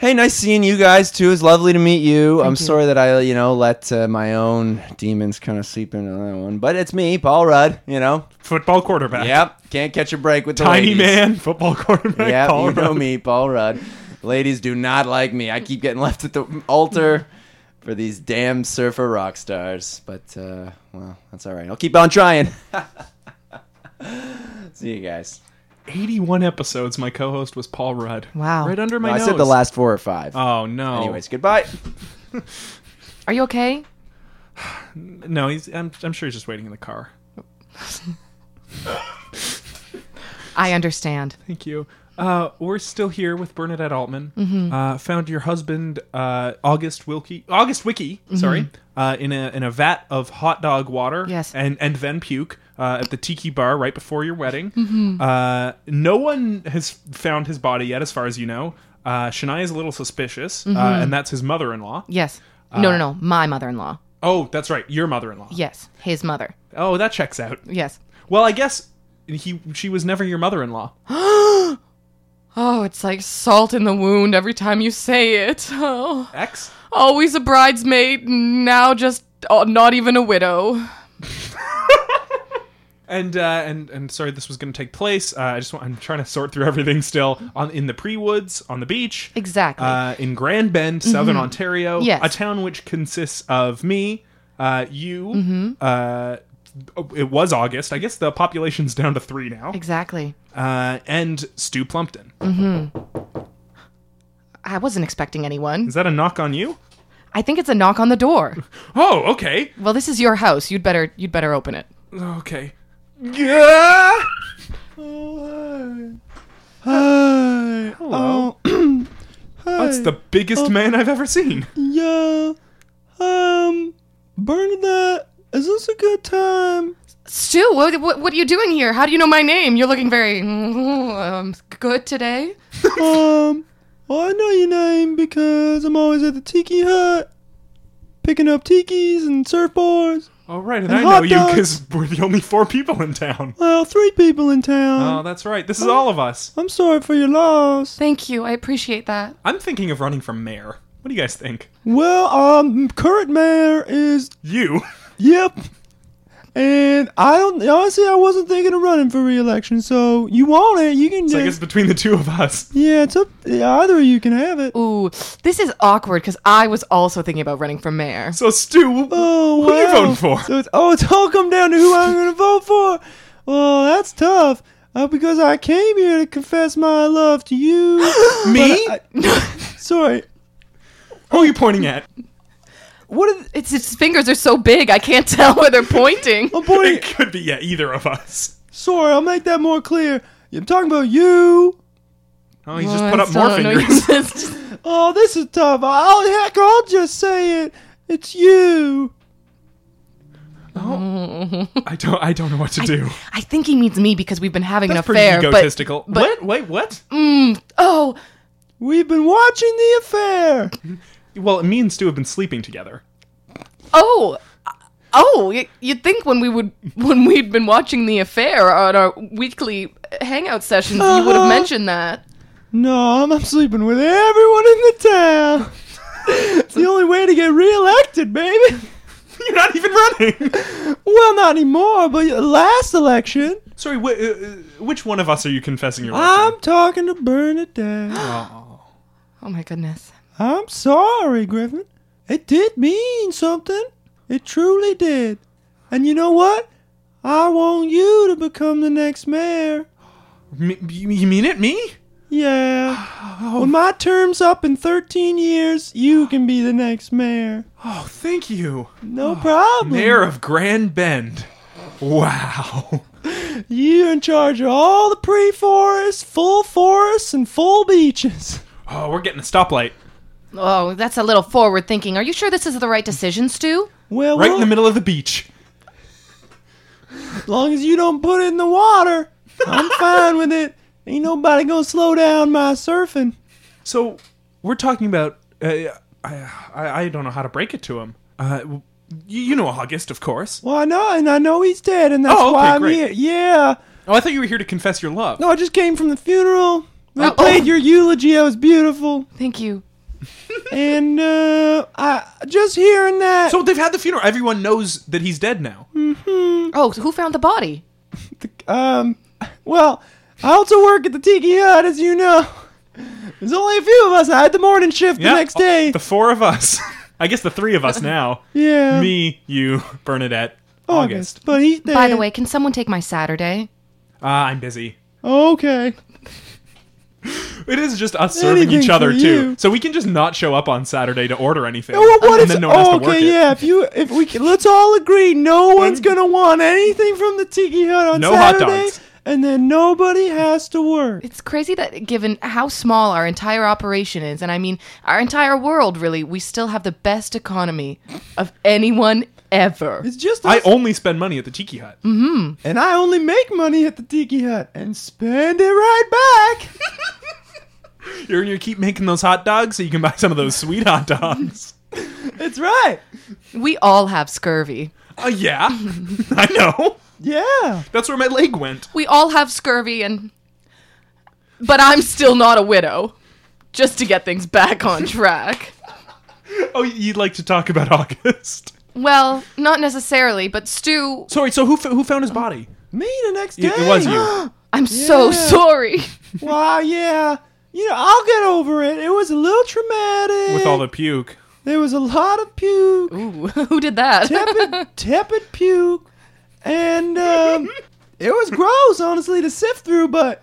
S3: Hey, nice seeing you guys too. It's lovely to meet you. I'm sorry that I, you know, let uh, my own demons kind of sleep into that one, but it's me, Paul Rudd. You know,
S2: Football quarterback.
S3: yep, can't catch a break with the
S2: Tiny
S3: ladies.
S2: man, football quarterback.
S3: Yep,
S2: Paul
S3: you know
S2: Rudd.
S3: me, Paul Rudd. Ladies do not like me. I keep getting left at the altar for these damn surfer rock stars. But uh, well, that's all right. I'll keep on trying. See you guys.
S2: 81 episodes. My co-host was Paul Rudd.
S1: Wow.
S2: Right under my
S3: No, I
S2: nose.
S3: said the last four or five.
S2: Oh no.
S3: Anyways, goodbye.
S1: Are you okay?
S2: No, he's. I'm, I'm sure he's just waiting in the car.
S1: I understand.
S2: Thank you. Uh, we're still here with Bernadette Altman. Uh, found your husband uh, August Wilkie, August Wiki, sorry, uh, in a in a vat of hot dog water.
S1: Yes.
S2: and and then puke uh, at the tiki bar right before your wedding. Uh, no one has found his body yet, as far as you know. Uh, Shania is a little suspicious, uh, and that's his mother-in-law.
S1: Yes. no,
S2: Uh,
S1: no, no. My mother in law.
S2: Oh, that's right, your mother-in-law.
S1: Yes. His mother.
S2: Oh, that checks out.
S1: Yes.
S2: Well, I guess he she was never your mother-in-law.
S1: Oh, it's like salt in the wound every time you say it. Oh,
S2: Ex.
S1: always a bridesmaid, now just oh, not even a widow.
S2: And uh, and and sorry, this was going to take place. Uh, I just want, I'm trying to sort through everything still on in the pre woods on the beach,
S1: Exactly.
S2: uh, in Grand Bend, Southern Ontario,
S1: Yes.
S2: a town which consists of me, uh, you. Uh, it was August. I guess the population's down to three now,
S1: exactly.
S2: uh, and Stu Plumpton.
S1: I wasn't expecting anyone.
S2: Is that a knock on you?
S1: I think it's a knock on the door.
S2: Oh, okay,
S1: Well, this is your house. You'd better you'd better open it.
S2: okay. Yeah.
S3: Hi.
S2: Hello.
S3: Um,
S2: That's the biggest man I've ever seen.
S3: Yeah. Um, Bernadette.
S1: Stu, what, what, what are you doing here? How do you know my name? You're looking very um, good today.
S3: Um, well, I know your name because I'm always at the tiki hut picking up tikis and surfboards.
S2: All right, and, I know
S3: hot
S2: you
S3: dogs.
S2: because we're the only four people in town.
S3: Well, three people in town.
S2: Oh, that's right. This is all of us.
S3: I'm sorry for your loss.
S1: Thank you. I appreciate that.
S2: I'm thinking of running for mayor. What do you guys think?
S3: Well, um, current mayor is
S2: You?
S3: yep. And I don't honestly, I wasn't thinking of running for re-election. So you want it, you can.
S2: So I guess
S3: just,
S2: between the two of us.
S3: yeah, it's up. Either of you can have it.
S1: Ooh, this is awkward because I was also thinking about running for mayor.
S2: So Stu,
S3: Oh,
S2: Who are you
S3: wow.
S2: voting for?
S3: So it's, oh, it's all come down to who I'm going to vote for. Well, that's tough uh, because I came here to confess my love to you.
S2: Me?
S3: But I- sorry.
S2: who are you pointing at?
S3: What are the,
S1: It's his fingers are so big, I can't tell where they're pointing.
S3: I'm pointing.
S2: It could be yeah, either of us.
S3: sorry, I'll make that more clear. I'm talking about you.
S2: Oh, he's just put up more fingers.
S1: fingers.
S3: Oh, this is tough. I'll heck, I'll just say it. It's you.
S2: I don't. I don't know what to do.
S1: I think he means me because we've been having
S2: That's
S1: an
S2: pretty
S1: affair. But
S2: egotistical.
S1: but-
S2: what? Wait, what?
S1: oh,
S3: We've been watching the affair.
S2: Well, me and Stu have been sleeping together.
S1: oh, oh! y- You'd think when we would when we'd been watching the affair on our weekly hangout sessions, you would have
S3: Uh-huh.
S1: mentioned that.
S3: No, I'm, I'm sleeping with everyone in the town. it's the only way to get reelected, baby.
S2: You're not even running.
S3: Well, not anymore, but last election,
S2: Sorry. Wh- uh, uh, which one of us are you confessing your love
S3: I'm talking to Bernadette.
S2: to? Oh.
S1: Oh my goodness.
S3: I'm sorry, Griffin. It did mean something. It truly did. And you know what? I want you to become the next mayor.
S2: Me- you you mean it, me?
S3: Yeah. When my term's up in 13 years, you can be the next mayor.
S2: Oh, thank you,
S6: Hmm.
S3: No problem.
S2: Mayor of Grand Bend. Wow.
S3: You're in charge of all the pre forests, full forests, and full beaches.
S2: Oh, we're getting a stoplight
S1: Oh, that's a little forward thinking. Are you sure this is the right decision, Stu?
S3: Well,
S2: right
S3: we'll-
S2: in the middle of the beach.
S3: As long as you don't put it in the water, I'm fine with it. Ain't nobody gonna slow down my surfing.
S2: So we're talking about. Uh, I, I I don't know how to break it to him. Uh, w- you, you know August, of course.
S3: Well, I know, and I know he's dead, and that's
S2: Oh, okay,
S3: why I'm
S2: great.
S3: here. Yeah.
S2: Oh, I thought you were here to confess your love.
S3: No, I just came from the funeral. I
S1: Uh-oh.
S3: played your eulogy. That was beautiful.
S1: Thank you.
S3: And uh, I just hearing that.
S2: So they've had the funeral. Everyone knows that he's dead now.
S1: Oh, who found the body?
S3: hmm, um, well, I also work at the Tiki Hut, as you know. There's only a few of us. I had the morning shift the next
S2: oh,
S3: day.
S2: the four of us. I guess the three of us now.
S3: yeah.
S2: Me, you, Bernadette, August.
S3: August. But he's dead.
S1: By the way, can someone take my Saturday?
S2: Uh, I'm busy.
S3: Okay.
S2: It is just us serving
S3: Anything
S2: each other
S3: for
S2: too.
S3: you.
S2: So we can just not show up on Saturday to order anything.
S3: Oh, well, what
S2: and
S3: if-
S2: then no one has
S3: oh,
S2: to work
S3: okay,
S2: it.
S3: yeah. If you, if we, can, let's all agree, no one's gonna want anything from the Tiki Hut on
S2: No hot
S3: Saturday,
S2: dogs.
S3: and then nobody has to work.
S1: It's crazy that given how small our entire operation is, and I mean our entire world really, we still have the best economy of anyone ever.
S3: It's just
S2: I
S3: us,
S2: only spend money at the Tiki Hut.
S3: and I only make money at the Tiki Hut and spend it right back.
S2: You're gonna keep making those hot dogs so you can buy some of those sweet hot dogs.
S3: That's right.
S1: We all have scurvy.
S2: Uh, yeah, I know.
S3: Yeah.
S2: That's where my leg went.
S1: We all have scurvy and but I'm still not a widow. Just to get things back on track.
S2: Oh, you'd like to talk about August?
S1: Well, not necessarily, but Stu,
S2: Sorry. So who f- who found his body?
S3: Me the next day.
S2: It- it was you.
S1: I'm so
S3: Yeah.
S1: sorry.
S3: wow. Yeah. You know, I'll get over it. It was a little traumatic.
S2: With all the puke.
S3: there was a lot of puke.
S1: Ooh, who did that?
S3: tepid, tepid puke, and um, it was gross, honestly, to sift through. But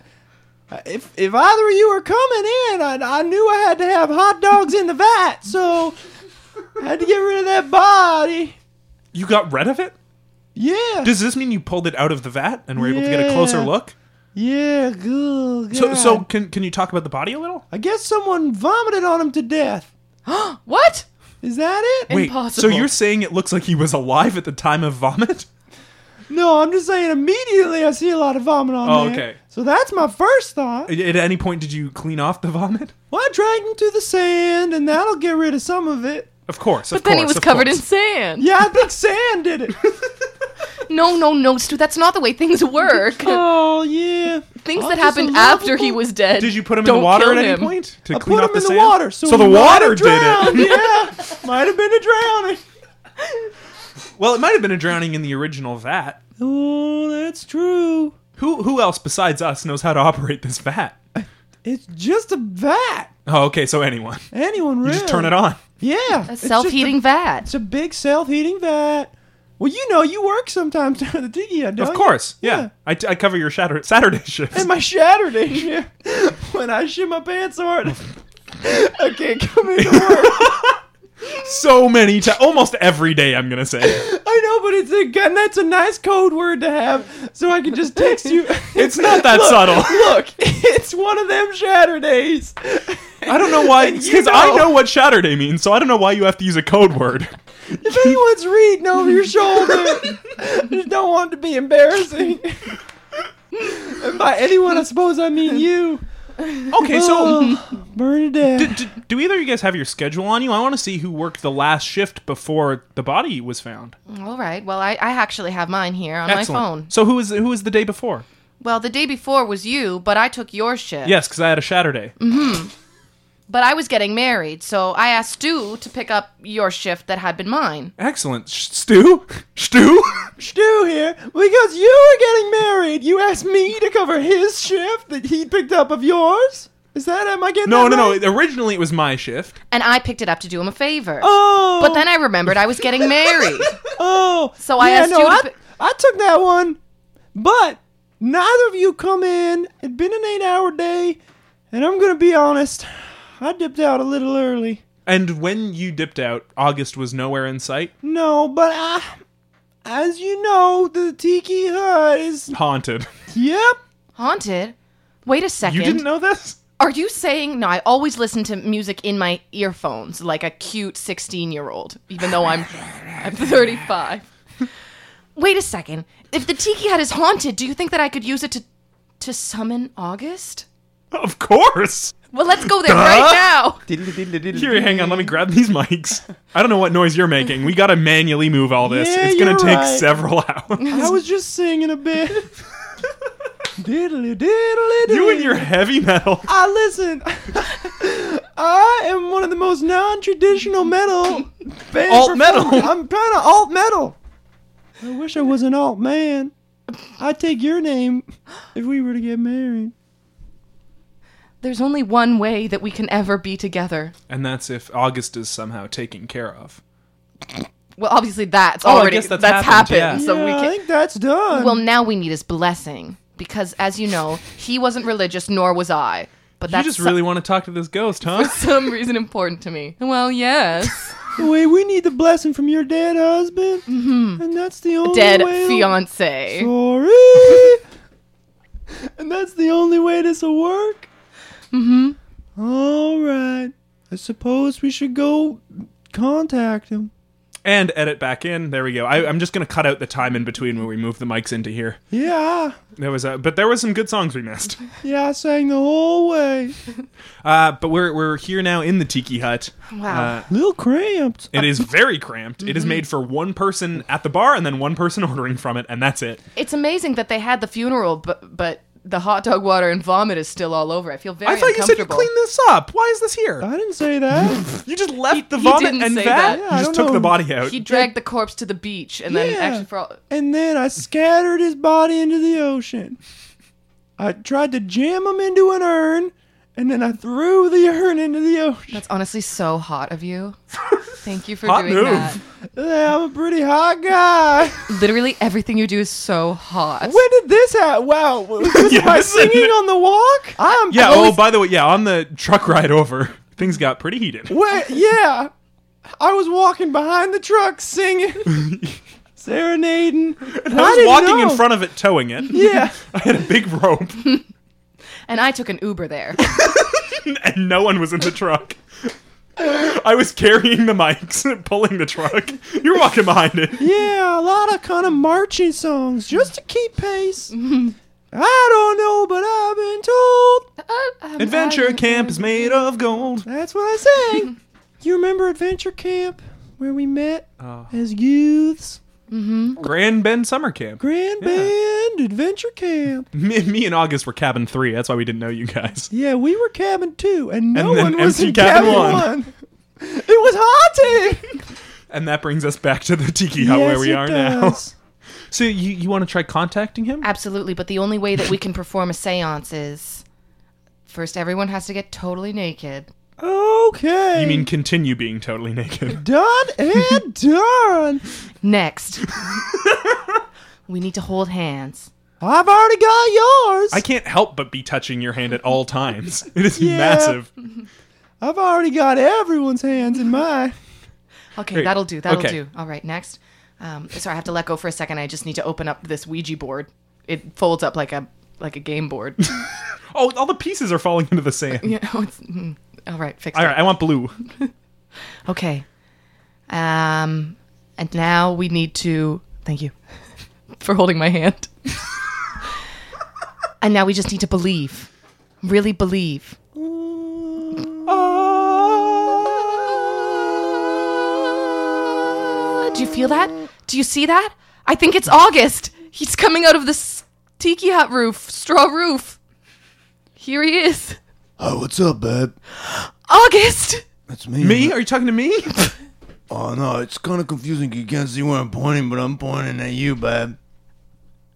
S3: uh, if if either of you were coming in, I, I knew I had to have hot dogs in the vat, so I had to get rid of that body.
S2: You got rid of it?
S3: Yeah,
S2: Does this mean you pulled it out of the vat and were able to get a closer
S3: Yeah.
S2: look?
S3: yeah, good.
S2: So,
S3: God.
S2: so can can you talk about the body a little?
S3: I guess someone vomited on him to death.
S1: what?
S3: Is that it?
S2: Wait, so
S1: Impossible.
S2: you're saying it looks like he was alive at the time of vomit?
S3: No, I'm just saying immediately I see a lot of vomit on
S2: Oh,
S3: there.
S2: okay.
S3: So that's my first thought.
S2: At- At any point, did you clean off the vomit?
S3: Well, I dragged him to the sand, and that'll get rid of some of it.
S2: Of course, of
S1: But then he
S2: course,
S1: was
S2: of
S1: covered
S2: course.
S1: in sand.
S3: Yeah, I think sand did it.
S1: No, no, no, Stu. That's not the way things work.
S3: oh, yeah.
S1: Things
S3: I'm
S1: that
S3: just a
S1: happened after he
S3: lovable-
S1: was dead.
S2: Did you put him in
S1: don't
S2: the water
S1: kill
S2: at any
S1: him.
S2: point to
S3: I
S2: clean
S3: put
S2: off
S3: him in the
S2: the sand?
S3: water, so, he
S2: the
S3: might have
S2: water did
S3: drowned,
S2: it.
S3: yeah, might have been a drowning.
S2: Well, it might have been a drowning in the original vat.
S3: Oh, that's true.
S2: Who who else besides us knows how to operate this vat?
S3: It's just a vat.
S2: Oh, okay, so anyone.
S3: Anyone really?
S2: You just turn it on.
S3: Yeah,
S1: A self-heating vat.
S3: It's a big self-heating vat. Well, you know, you work sometimes down at the tiki hut, don't
S2: Of
S3: you?
S2: course, yeah.
S3: Oh, Yeah.
S2: I, I cover your shatter- Saturday shifts.
S3: And my Saturday shift, when I shit my pants hard, I can't come into work.
S2: so many times, almost every day, I'm gonna say.
S3: I know, but it's a and that's a nice code word to have, so I can just text you.
S2: It's not that
S3: Look,
S2: subtle.
S3: Look, it's one of them Saturdays.
S2: I don't know why,
S3: And you
S2: because I
S3: know.
S2: know what Saturday means, so I don't know why you have to use a code word.
S3: If anyone's reading over your shoulder, I just don't want it to be embarrassing. And by anyone, I suppose I mean you.
S2: Okay, so
S3: Oh, Bernadette.
S2: d- d- do either of you guys have your schedule on you? I want to see who worked the last shift before the body was found.
S1: All right. Well, I, I actually have mine here on my phone.
S2: So who was who was the day before?
S1: Well, the day before was you, but I took your shift.
S2: Yes, because I had a Saturday.
S1: But I was getting married, so I asked Stu to pick up your shift that had been mine.
S2: Excellent, Sh- Stu. Stu.
S3: Stu here, because you were getting married, you asked me to cover his shift that he picked up of yours. Is that am I getting
S2: No,
S3: that
S2: no,
S3: right?
S2: no. Originally, it was my shift.
S1: And I picked it up to do him a favor.
S3: Oh,
S1: But then I remembered I was getting married.
S3: oh,
S1: So I
S3: yeah,
S1: asked
S3: no,
S1: you to
S3: I,
S1: pi-
S3: I took that one, but neither of you come in. It'd been an eight-hour day, and I'm gonna be honest, I dipped out a little early.
S2: And when you dipped out, August was nowhere in sight.
S3: No, but I, as you know, the tiki hut is
S2: Haunted.
S3: yep.
S1: Haunted? Wait a second.
S2: You didn't know this?
S1: Are you saying no? I always listen to music in my earphones, like a cute sixteen-year-old, even though I'm I'm thirty-five. Wait a second. If the tiki hut is haunted, do you think that I could use it to to summon August?
S2: Of course.
S1: Well, let's go there right now.
S2: Here, hang on. Let me grab these mics. I don't know what noise you're making. We gotta manually move all this.
S3: Yeah,
S2: it's gonna
S3: you're
S2: take
S3: right.
S2: several hours.
S3: I was just singing a bit. diddly diddly diddly.
S2: you and your heavy metal.
S3: I listen. I am one of the most non-traditional metal bands. performing.
S2: Alt metal.
S3: I'm kind of alt metal. I wish I was an alt man. I'd take your name if we were to get married.
S1: There's only one way that we can ever be together.
S2: And that's if August is somehow taken care of.
S1: Well, obviously that's
S2: Oh, I
S1: already
S2: guess that's
S1: happened.
S2: happened, yeah.
S1: So
S3: yeah,
S1: we
S3: I
S1: can.
S3: think that's done.
S1: Well, now we need his blessing because, as you know, he wasn't religious, nor was I. But that's
S2: you just
S1: so-
S2: really want to talk to this ghost, huh?
S1: some reason important to me. Well, yes.
S3: Wait, we need the blessing from your dead husband, mm-hmm. and that's the only
S1: dead
S3: way
S1: fiance.
S3: Sorry. and that's the only way this will work? Mm hmm. All right. I suppose we should go contact him.
S2: and edit back in. There we go. I, I'm just gonna cut out the time in between when we move the mics into here.
S3: Yeah.
S2: There was a, but there was some good songs we missed.
S3: Yeah, I sang the whole way.
S2: Uh, but we're we're here now in the tiki hut.
S1: Wow. Mm-hmm.
S2: Uh,
S3: Little cramped.
S2: It is very cramped. It is made for one person at the bar and then one person ordering from it, and that's it.
S1: it's amazing that they had the funeral, but but the hot dog water and vomit is still all over. I feel very
S2: I thought you said you
S1: uncomfortable. Uh,
S2: cleaned this up. Why is this here?
S3: I didn't say that.
S2: You just left the
S1: he
S2: vomit
S1: didn't
S2: and
S1: say
S2: that.
S1: that.
S2: You
S3: Yeah, I
S2: just
S3: don't
S2: took the
S3: know.
S2: body out.
S1: he dragged the corpse to the beach and then
S3: Yeah.
S1: actually for all,
S3: and then I scattered his body into the ocean. I tried to jam him into an urn, and then I threw the urn into the ocean.
S1: that's honestly so hot of you. Thank you for
S2: Hot
S1: doing
S2: move.
S1: that.
S3: Yeah, I'm a pretty hot guy.
S1: Literally everything you do is so hot.
S3: When did this happen? Wow, was this
S2: Yeah,
S3: my
S2: this is-
S3: singing on the walk? I'm
S2: yeah.
S3: always-
S2: Oh, by the way, yeah. On the truck ride over, things got pretty heated.
S3: Wait, yeah, I was walking behind the truck singing, serenading.
S2: I was walking in front of it, towing it.
S3: Yeah,
S2: I had a big rope,
S1: And I took an Uber there.
S2: and no one was in the truck. I was carrying the mics and pulling the truck. You're walking behind it.
S3: Yeah, a lot of kind of marching songs just to keep pace. I don't know, but I've been
S1: Uh,
S3: told
S1: um,
S2: Adventure camp is made of gold.
S3: that's what I sang. you remember Adventure Camp where we met
S2: Uh-huh.
S3: as youths?
S2: Grand Bend Summer Camp.
S3: Grand Band Adventure Camp.
S2: Me, me and August were cabin three. That's why we didn't know you guys.
S3: Yeah, we were cabin two, and no
S2: And then
S3: one was
S2: empty
S3: in
S2: cabin
S3: cabin, one. It was haunting.
S2: And that brings us back to the tiki hut where we are now. So you, you want to try contacting him?
S1: Absolutely, but the only way that we can perform a séance is first everyone has to get totally naked.
S3: now. Okay.
S2: You mean continue being totally naked?
S3: done and done?
S1: Next, we need to hold hands.
S3: I've already got yours.
S2: I can't help but be touching your hand at all times. It is
S3: Yeah.
S2: massive.
S3: I've already got everyone's hands in mine.
S1: Okay,
S2: Great.
S1: that'll do. That'll
S2: Okay.
S1: do. All right, next. Um, sorry, I have to let go for a second. I just need to open up this Ouija board. It folds up like a like a game board.
S2: Oh, all the pieces are falling into the sand.
S1: you know, it's, mm, all right, fix
S2: All
S1: it.
S2: right, I want blue.
S1: Okay. Um, and now we need to. Thank you for holding my hand. and now we just need to believe. Really believe. Do you feel that? Do you see that? I think it's August. He's coming out of this tiki hut roof, straw roof. Here he is.
S6: Oh, what's up, babe?
S1: August!
S6: That's me.
S2: Me? Are you talking to me?
S6: Oh no, it's kind of confusing. You can't see where I'm pointing, but I'm pointing at you, babe.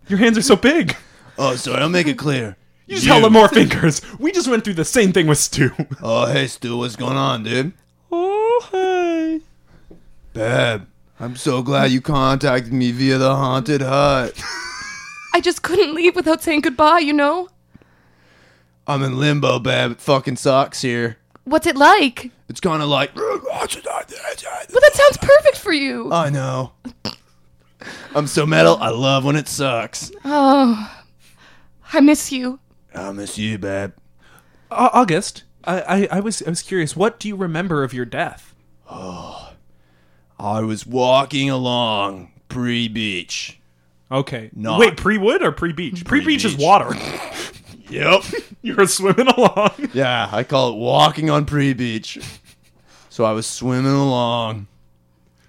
S2: Your hands are so big.
S6: Oh, sorry. I'll make it clear.
S2: You just held up more fingers. We just went through the same thing with Stu.
S6: Oh, hey, Stu, what's going on, dude?
S2: Oh, hey.
S6: Babe, I'm so glad you contacted me via the haunted hut.
S1: I just couldn't leave without saying goodbye, you know?
S6: I'm in limbo, babe. It fucking sucks here.
S1: What's it like?
S6: It's kind of like.
S1: Well, that sounds perfect for you.
S6: I know. I'm so metal. I love when it sucks.
S1: Oh, I miss you.
S6: I miss you, babe.
S2: Au- August, I, I, I was I was curious. What do you remember of your death?
S6: I was walking along pre beach.
S2: Okay.
S6: Not-
S2: Wait, pre wood or pre beach? Pre beach is
S6: Pre-beach.
S2: water.
S6: Yep.
S2: you were swimming along.
S6: Yeah, I call it walking on pre beach. So I was swimming along,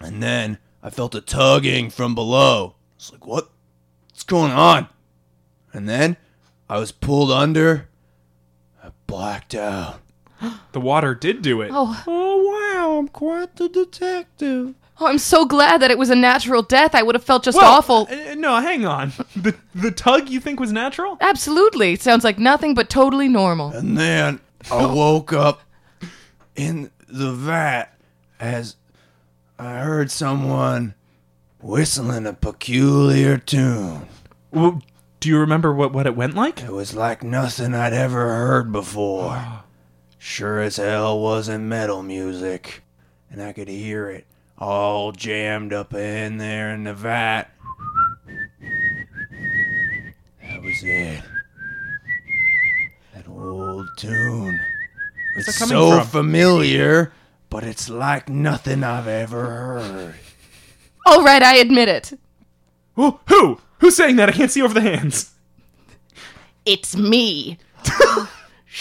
S6: and then I felt a tugging from below. I was like, what? What's going on? And then I was pulled under. I blacked out.
S2: The water did do it.
S1: Oh,
S3: Oh wow, I'm quite the detective.
S1: oh, I'm so glad that it was a natural death. I would have felt just
S2: Well,
S1: awful.
S2: uh, no, hang on. The the tug you think was natural?
S1: Absolutely. It sounds like nothing but totally normal.
S6: And then I
S3: Oh.
S6: woke up in the vat as I heard someone whistling a peculiar tune.
S2: Well, do you remember what, what it went like?
S6: It was like nothing I'd ever heard before. Sure as hell wasn't metal music. And I could hear it all jammed up in there in the vat. That was it. That old tune.
S2: it
S6: It's
S2: coming
S6: so
S2: from?
S6: familiar, but it's like nothing I've ever heard.
S1: All right, I admit it.
S2: Oh, who? Who's saying that? I can't see over the hands.
S1: It's me,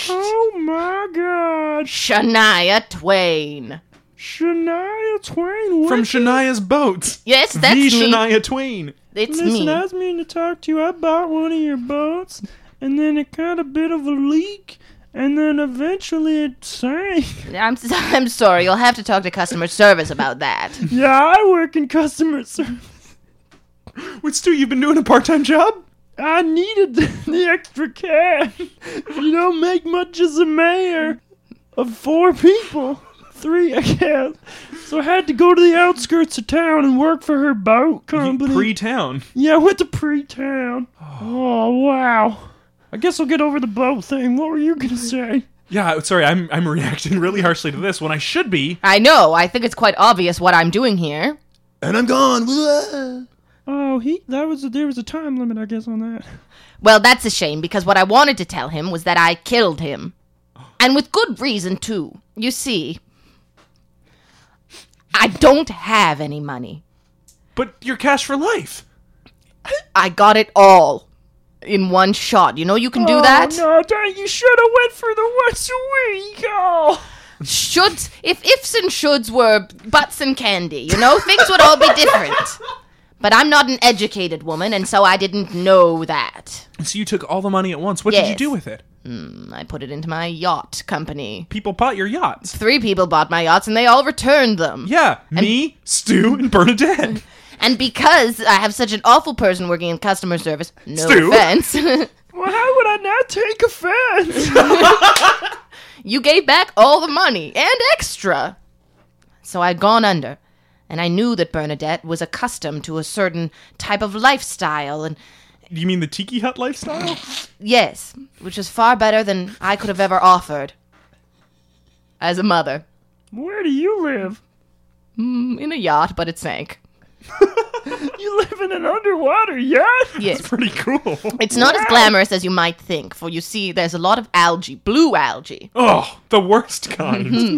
S2: Oh my God!
S1: Shania Twain.
S2: Shania Twain from Shania's boat.
S1: Yes,
S2: the Shania Twain.
S1: It's
S3: was meaning to talk to you. I bought one of your boats, and then it got a bit of a leak, and then eventually it sank.
S1: I'm, I'm sorry. You'll have to talk to customer service about that.
S3: yeah, I work in customer service.
S2: Wait, Stu, you've been doing a part-time job?
S3: I needed the extra cash. You don't make much as a mayor of four people. Three, I guess. So I had to go to the outskirts of town and work for her boat company.
S2: Pre-town.
S3: yeah, I went to pre-town. Oh, wow. I guess I'll get over the boat thing. What were you going to say?
S2: Yeah, sorry, I'm I'm reacting really harshly to this when I should be.
S1: I know. I think it's quite obvious what I'm doing here.
S6: And I'm gone. Wah!
S3: Oh, he that was there was a time limit, I guess, on that.
S1: Well, that's a shame because what I wanted to tell him was that I killed him. And with good reason, too. You see, I don't have any money.
S2: But you're cash for life.
S1: I got it all in one shot. You know you can do that.
S2: Oh,
S6: Oh,
S2: No, dang, you should have went for the once a week. Oh.
S1: Shoulds, if ifs and shoulds were butts and candy, you know, things would all be different. But I'm not an educated woman, and so I didn't know that.
S2: So you took all the money at once. What did you
S1: Yes.
S2: do with it?
S1: I put it into my yacht company.
S2: People bought your yachts.
S1: Three people bought my yachts, and they all returned them.
S2: Yeah, me, Stu, and Bernadette.
S1: And because I have such an awful person working in customer service, no
S2: Stu.
S1: offense,
S2: well, how would I not take offense?
S1: you gave back all the money and extra. So I'd gone under, and I knew that Bernadette was accustomed to a certain type of lifestyle, and
S2: you mean the tiki hut lifestyle?
S1: Yes, which was far better than I could have ever offered. As a mother.
S2: Where do you live?
S1: Mm, In a yacht, but it sank.
S2: You live in an underwater yacht?
S1: Yes.
S2: That's pretty cool.
S1: It's not as glamorous as you might think, for you see, there's a lot of algae, blue algae.
S2: Oh, the worst kind.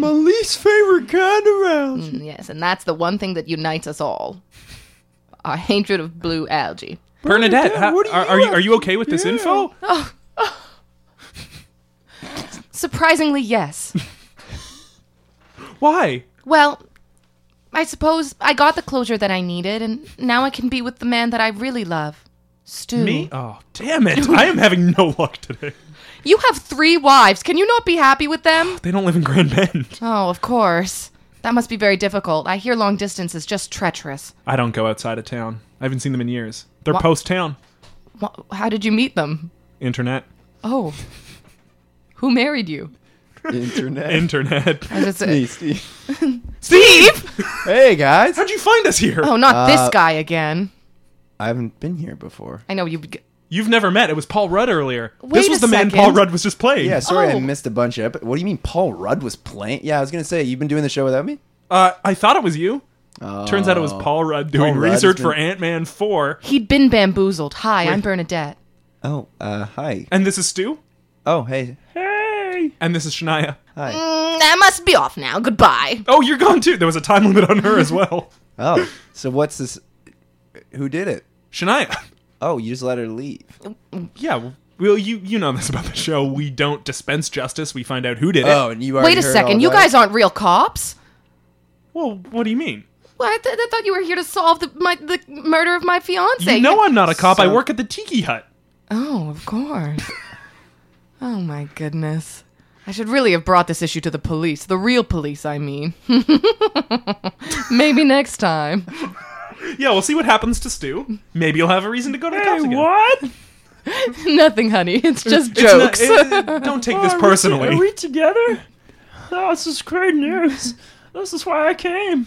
S3: My least favorite kind around.
S1: Mm, Yes, and that's the one thing that unites us all our hatred of blue algae.
S2: Bernadette, how,
S3: what are
S2: are,
S3: you
S2: are you
S3: up
S2: are you okay with this info?
S1: Surprisingly, yes.
S2: Why?
S1: Well, I suppose I got the closure that I needed, and now I can be with the man that I really love. Stu.
S2: Me? Oh, damn it. I am having no luck today.
S1: You have three wives. Can you not be happy with them?
S2: They don't live in Grand Bend.
S1: Oh, of course. That must be very difficult. I hear long distance is just treacherous.
S2: I don't go outside of town. I haven't seen them in years. They're
S1: Wha-
S2: post town.
S1: Wha how did you meet them?
S2: Internet.
S1: Oh. Who married you? Eh.
S3: Internet.
S2: Internet.
S1: Is it-
S3: Hey, Steve.
S1: Steve!
S3: Hey, guys.
S2: How'd you find us here?
S1: Oh, not
S3: Uh,
S1: this guy again.
S3: I haven't been here before.
S1: I know you. beg-
S2: You've never met. It was Paul Rudd earlier.
S1: Wait
S2: this was
S1: a
S2: the man
S1: second.
S2: Paul Rudd was just playing.
S3: Yeah, sorry I
S1: Oh.
S3: missed a bunch of. What do you mean Paul Rudd was playing? Yeah, I was gonna say you've been doing the show without me.
S2: Uh, I thought it was you. Turns out it was Paul Rudd doing
S3: Rudd has
S2: research for
S3: been-
S2: Ant Man 4.
S1: He'd been bamboozled. Hi, I'm
S2: Wait.
S1: Bernadette.
S3: Oh, uh, hi.
S2: And this is Stu.
S3: Oh, hey,
S2: Hey. And this is Shania.
S3: hi.
S1: Mm, I must be off now. Goodbye.
S2: Oh, you're gone too. There was a time limit on her as well.
S3: Oh, so what's this? Who did it?
S2: Shania.
S3: Oh, you just let her leave.
S2: Yeah. Well, you you know this about the show. We don't dispense justice. We find out who did
S3: Oh,
S2: it.
S3: and you
S1: Wait
S3: already
S1: a
S3: heard
S1: second.
S3: all
S1: You
S3: about
S1: guys aren't real cops.
S2: Well, what do you mean?
S1: Well, I, th- I thought you were here to solve the my, the murder of my fiance.
S2: You know I'm not a cop. I
S3: So-
S2: work at the Tiki Hut.
S1: Oh, of course. oh my goodness. I should really have brought this issue to the police. The real police, I mean. Maybe next time.
S2: Yeah, we'll see what happens to Stu. Maybe you'll have a reason to go to the cops again. what?
S1: Nothing, honey. It's just jokes.
S2: don't take this personally.
S6: together? Oh, this is great news. This is why I came.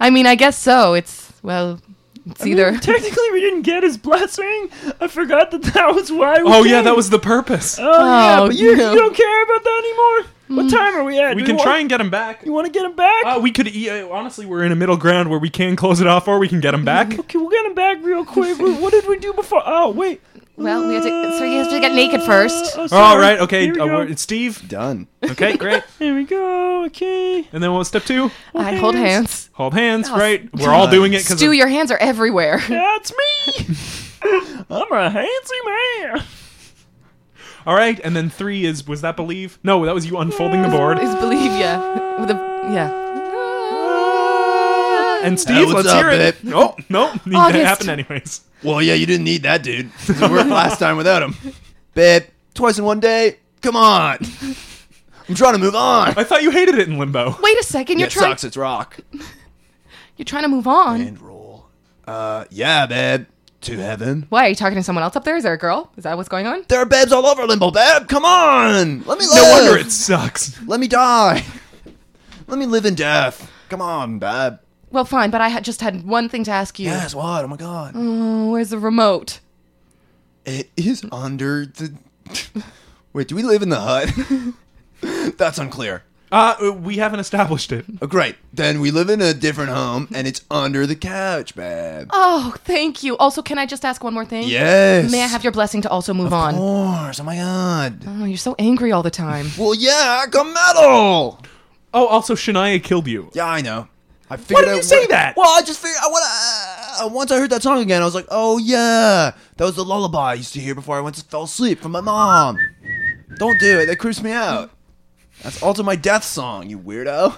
S1: I mean, I guess so. It's well, it's either
S6: Technically, we didn't get his blessing. I forgot that that was why we
S2: oh
S6: came.
S2: yeah, that was the purpose.
S6: Oh, yeah,
S1: Oh,
S6: but you,
S1: no. Mm.
S6: you don't care about that anymore? What time are we at?
S2: we
S6: Do
S2: can
S6: want-
S2: try and get him back.
S6: You want to get him back?
S2: Uh, we could e- uh, honestly, we're in a middle ground where we can close it off, or we can get him back.
S6: okay, we'll get him back real quick. Wait, what did we do before? Oh, wait.
S1: well, we have to. So you have to get naked first.
S6: Uh, oh,
S2: All
S6: sorry.
S2: right, okay.
S6: Here we
S2: uh,
S6: go.
S2: we're- it's Steve.
S3: it. Done.
S2: Okay, great.
S6: Here we go. Okay.
S2: And then what was step two?
S1: I hold hands.
S2: Hold hands, right? We're all doing it because
S1: Stu, your hands are everywhere.
S6: That's me. I'm a handsy man.
S2: All right, and then three is was that believe? No, that was you unfolding the board.
S1: Is believe yeah. With a yeah.
S2: And Steve,
S3: what's
S2: let's
S3: up,
S2: hear it.
S3: babe?
S2: Nope, nope. That
S1: August.
S2: happened anyways.
S7: Well, Oh, yeah, you didn't need that dude. We worked last time without him.
S3: Babe,
S7: Twice in one day. Come on. I'm trying to move on.
S2: I thought you hated it in limbo.
S1: Wait a second. You're
S7: it
S1: trying.
S7: sucks. It's rock
S1: You're trying to move on.
S7: and roll. Uh, yeah, babe. To heaven.
S1: Why are you talking to someone else up there? Is there a girl? Is that what's going on?
S7: There are babes all over Limbo, babe. Come on. Let me live.
S2: No wonder it sucks.
S7: Let me die. Let me live in death. Come on, babe.
S1: Well, fine, but I had just had one thing to ask you.
S7: Yes, what? Oh my god.
S1: Oh, where's the remote?
S7: It is under the. Wait, do we live in the hut? That's unclear.
S2: Uh, uh, we haven't established it.
S7: Oh, great. Then we live in a different home, and it's under the couch, babe.
S1: Oh, thank you. Also, can I just ask one more thing?
S7: Yes.
S1: May I have your blessing to also move on?
S7: Of course. Oh my god.
S1: Oh, you're so angry all the time.
S7: Well, yeah, I got metal.
S2: Oh, also Shania killed you.
S7: Yeah, I know. I figured
S2: did
S7: out
S2: you say
S7: what-
S2: that?
S7: Well, I just figured I want. Uh, once I heard that song again, I was like, "Oh yeah, that was the lullaby I used to hear before I went to fell asleep from my mom." Don't do it; that creeps me out. That's also my death song, you weirdo.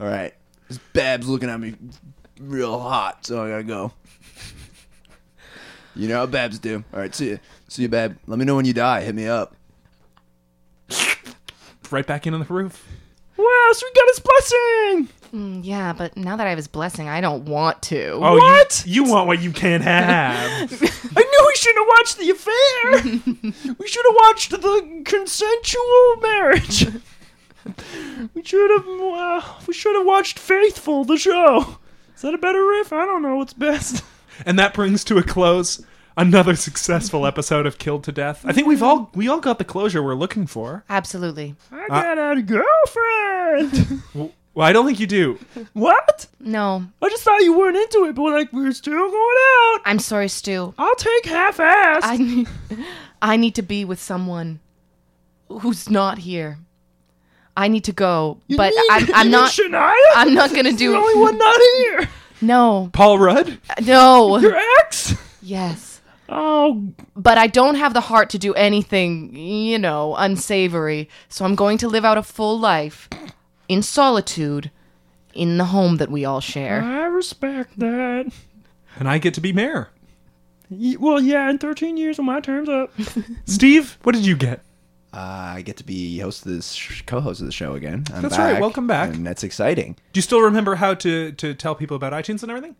S7: All right, this Bab's looking at me real hot, so I gotta go. You know how Babs do. All right, see you, see you, Bab. Let me know when you die. Hit me up.
S2: Right back in on the roof.
S6: Wow, so we got his blessing.
S1: Yeah, but now that I have his blessing, I don't want to.
S2: Oh,
S6: What?
S2: You, you want what you can't have.
S6: I knew we shouldn't have watched the affair. we should have watched the consensual marriage. we should have. Uh, we should have watched Faithful, the show. Is that a better riff? I don't know what's best.
S2: and that brings to a close another successful episode of Killed to Death. I think we've all we all got the closure we're looking for.
S1: Absolutely.
S6: I got a girlfriend.
S2: Well, I don't think you do.
S6: what?
S1: No.
S6: I just thought you weren't into it, but like we're still going out.
S1: I'm sorry, Stu.
S6: I'll take half-ass.
S1: I need, I need to be with someone who's not here. I need to go, but I'm, I'm
S6: You
S1: not.
S6: Shania.
S1: I'm not gonna do
S6: the
S1: it.
S6: only one not here.
S1: No,
S2: Paul Rudd?
S1: no.
S6: Your ex.
S1: Yes,
S6: Oh,
S1: but I don't have the heart to do anything, you know, unsavory. So I'm going to live out a full life in solitude in the home that we all share.
S6: I respect that.
S2: And I get to be mayor.
S6: Ye- Well, yeah, in 13 years when my term's up.
S2: Steve, what did you get?
S7: Uh,
S3: I get to be host of this, sh- co-host of the show again. I'm
S2: That's right,
S3: back,
S2: welcome back.
S3: and that's exciting.
S2: Do you still remember how to to tell people about iTunes and everything?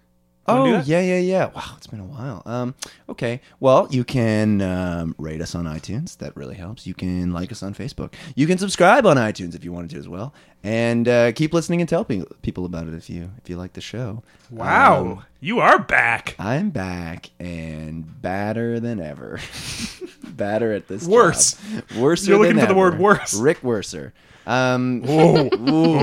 S2: Wanna do
S3: Oh
S2: that?
S3: yeah, yeah, yeah. Wow, it's been a while. Um, okay. Well, you can um, rate us on iTunes. That really helps. You can like us on Facebook. You can subscribe on iTunes if you wanted to as well. And uh, keep listening and tell pe- people about it if you if you like the show.
S2: Wow.
S3: Um,
S2: you are back.
S3: I'm back and badder than ever. badder at this.
S2: Worse.
S3: Job. Worse.
S2: You're looking for the word worse.
S3: Rick Worser. Um,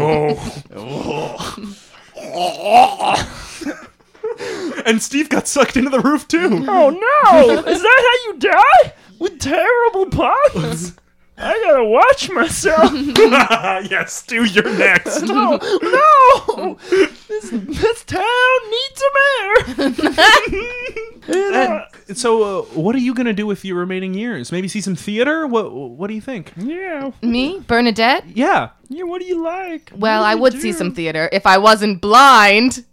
S2: And Steve got sucked into the roof too.
S6: Oh, no! Is that how you die? With terrible puns? I gotta watch myself.
S2: yes, Stu, you're next.
S6: no! This, this town needs a mayor!
S2: so, uh, what are you gonna do with your remaining years? Maybe see some theater. What What do you think?
S6: Yeah.
S1: Me, Bernadette.
S2: Yeah,
S6: Yeah, what do you like?
S1: Well,
S6: What do
S1: I
S6: you
S1: would
S6: do?
S1: see some theater if I wasn't blind.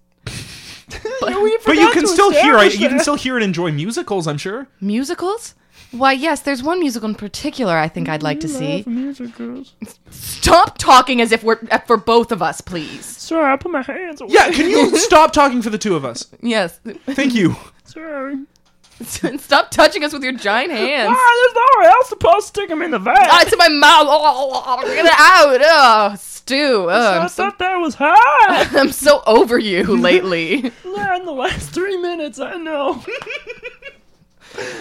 S2: but you
S6: forgot
S2: can
S6: to
S2: still hear. I,
S6: establish
S2: you can
S6: that.
S2: still hear and enjoy musicals. I'm sure.
S1: Musicals? Why, yes, there's one musical in particular I think I'd like to
S6: I
S1: see.
S6: love musicals.
S1: Stop talking as if we're uh, for both of us, please.
S6: Sorry, I put my hands away.
S2: Yeah, can you stop talking for the two of us?
S1: Yes.
S2: Thank you.
S6: Sorry.
S1: Stop touching us with your giant hands.
S6: Ah, there's nowhere else to post stick them in the vat.
S1: Ah, it's in my mouth. Oh, get it out. Oh, Stu. Oh,
S6: I
S1: I'm, so,
S6: thought that was hot.
S1: I'm so over you lately.
S6: Yeah, in the last three minutes, I know.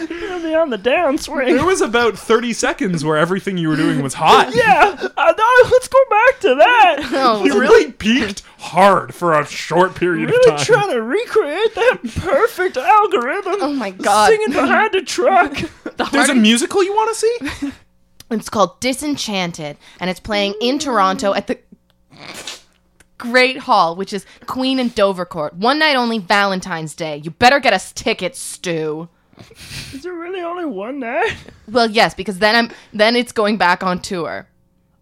S6: You're be on the downswing.
S2: There was about 30 seconds where everything you were doing was hot.
S6: Yeah, I know. Let's go back to that.
S1: Oh,
S2: You really peaked hard for a short period
S6: Really
S2: of time.
S6: trying to recreate that perfect algorithm.
S1: oh my god.
S6: Singing behind a truck.
S1: The
S2: There's a
S1: hardest-
S2: musical you want to see?
S1: It's called Disenchanted, and it's playing in Toronto at the Great Hall, which is Queen and Dovercourt. One night only, Valentine's Day. You better get us tickets, Stu.
S6: Is there really only one night?
S1: Well, yes, because then I'm then it's going back on tour.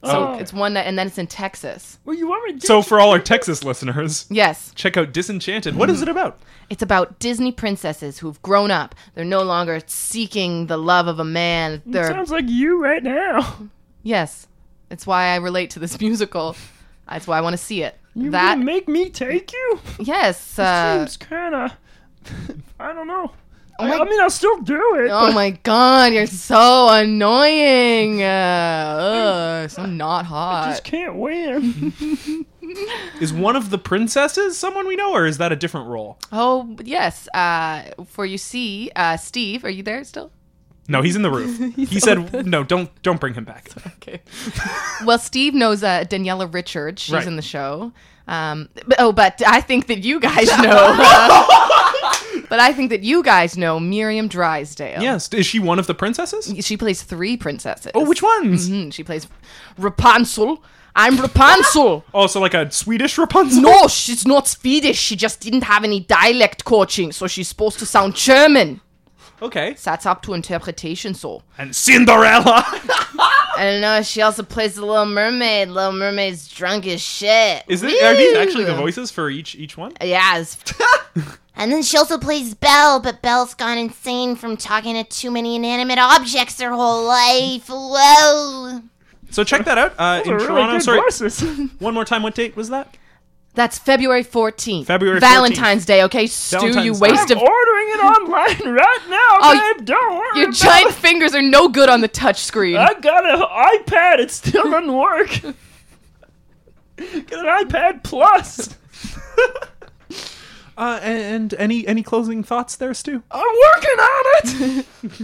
S1: So
S6: Oh.
S1: it's one night, and then it's in Texas.
S6: Well, you want me to get
S2: So, for all our Texas listeners,
S1: Yes,
S2: check out Disenchanted. What is it about?
S1: it's about Disney princesses who've grown up. They're no longer seeking the love of a man. They're
S6: Sounds like you right now.
S1: yes. It's why I relate to this musical. That's why I want to see it.
S6: You
S1: that
S6: gonna make me take you?
S1: yes. Uh, Oh
S6: Seems kind of. I don't know.
S1: my-
S6: I, I mean, I'll still do it.
S1: Oh my god, you're so annoying. Uh, ugh, so not
S6: but I
S1: hot.
S6: just can't win.
S2: Is one of the princesses someone we know, or is that a different role?
S1: Oh yes. Uh, for you see, uh, Steve, are you there still?
S2: No, he's in the roof. he said, "No, don't, don't bring him back."
S1: Okay. well, Steve knows uh, Daniela Richards. She's
S2: Right.
S1: in the show. Um, but, oh, but I think that you guys know uh, But I think that you guys know Miriam Drysdale.
S2: Yes. Is she one of the princesses?
S1: She plays three princesses.
S2: Oh, which ones?
S1: Mhm, She plays Rapunzel. I'm Rapunzel.
S2: Also, Oh, like a Swedish Rapunzel.
S1: no, she's not Swedish. She just didn't have any dialect coaching, so she's supposed to sound German.
S2: Okay.
S1: That's up to interpretation, so.
S2: And Cinderella.
S1: And uh, she also plays the Little Mermaid. Little Mermaid's drunk as shit.
S2: Is it? Are these actually the voices for each each one?
S1: Yeah. it's-
S8: And then she also plays Belle, but Belle's gone insane from talking to too many inanimate objects her whole life. Whoa.
S2: So check that out uh, in
S6: Those are really
S2: Toronto.
S6: good
S2: Sorry,
S6: voices.
S2: one more time. What date was that?
S1: That's February 14th.
S2: February 14th.
S1: Valentine's Day, okay? Stu, you
S2: Valentine's Day.
S1: waste
S6: I'm
S1: of.
S6: ordering it online right now,
S1: Oh,
S6: babe. Don't worry.
S1: Your
S6: about
S1: giant fingers are no good on the touch screen.
S6: it. I got an iPad. It still doesn't work. Get an iPad Plus.
S2: Uh, and, and any any closing thoughts there, Stu?
S6: I'm working on it.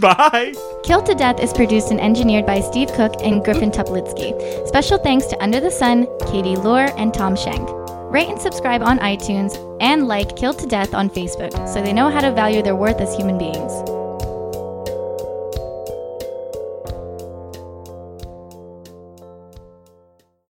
S2: Bye.
S9: Killed to Death is produced and engineered by Steve Cook and Griffin Tuplitsky. Special thanks to Under the Sun, Katie Lohr, and Tom Schenk. Rate and subscribe on iTunes and like Killed to Death on Facebook so they know how to value their worth as human beings.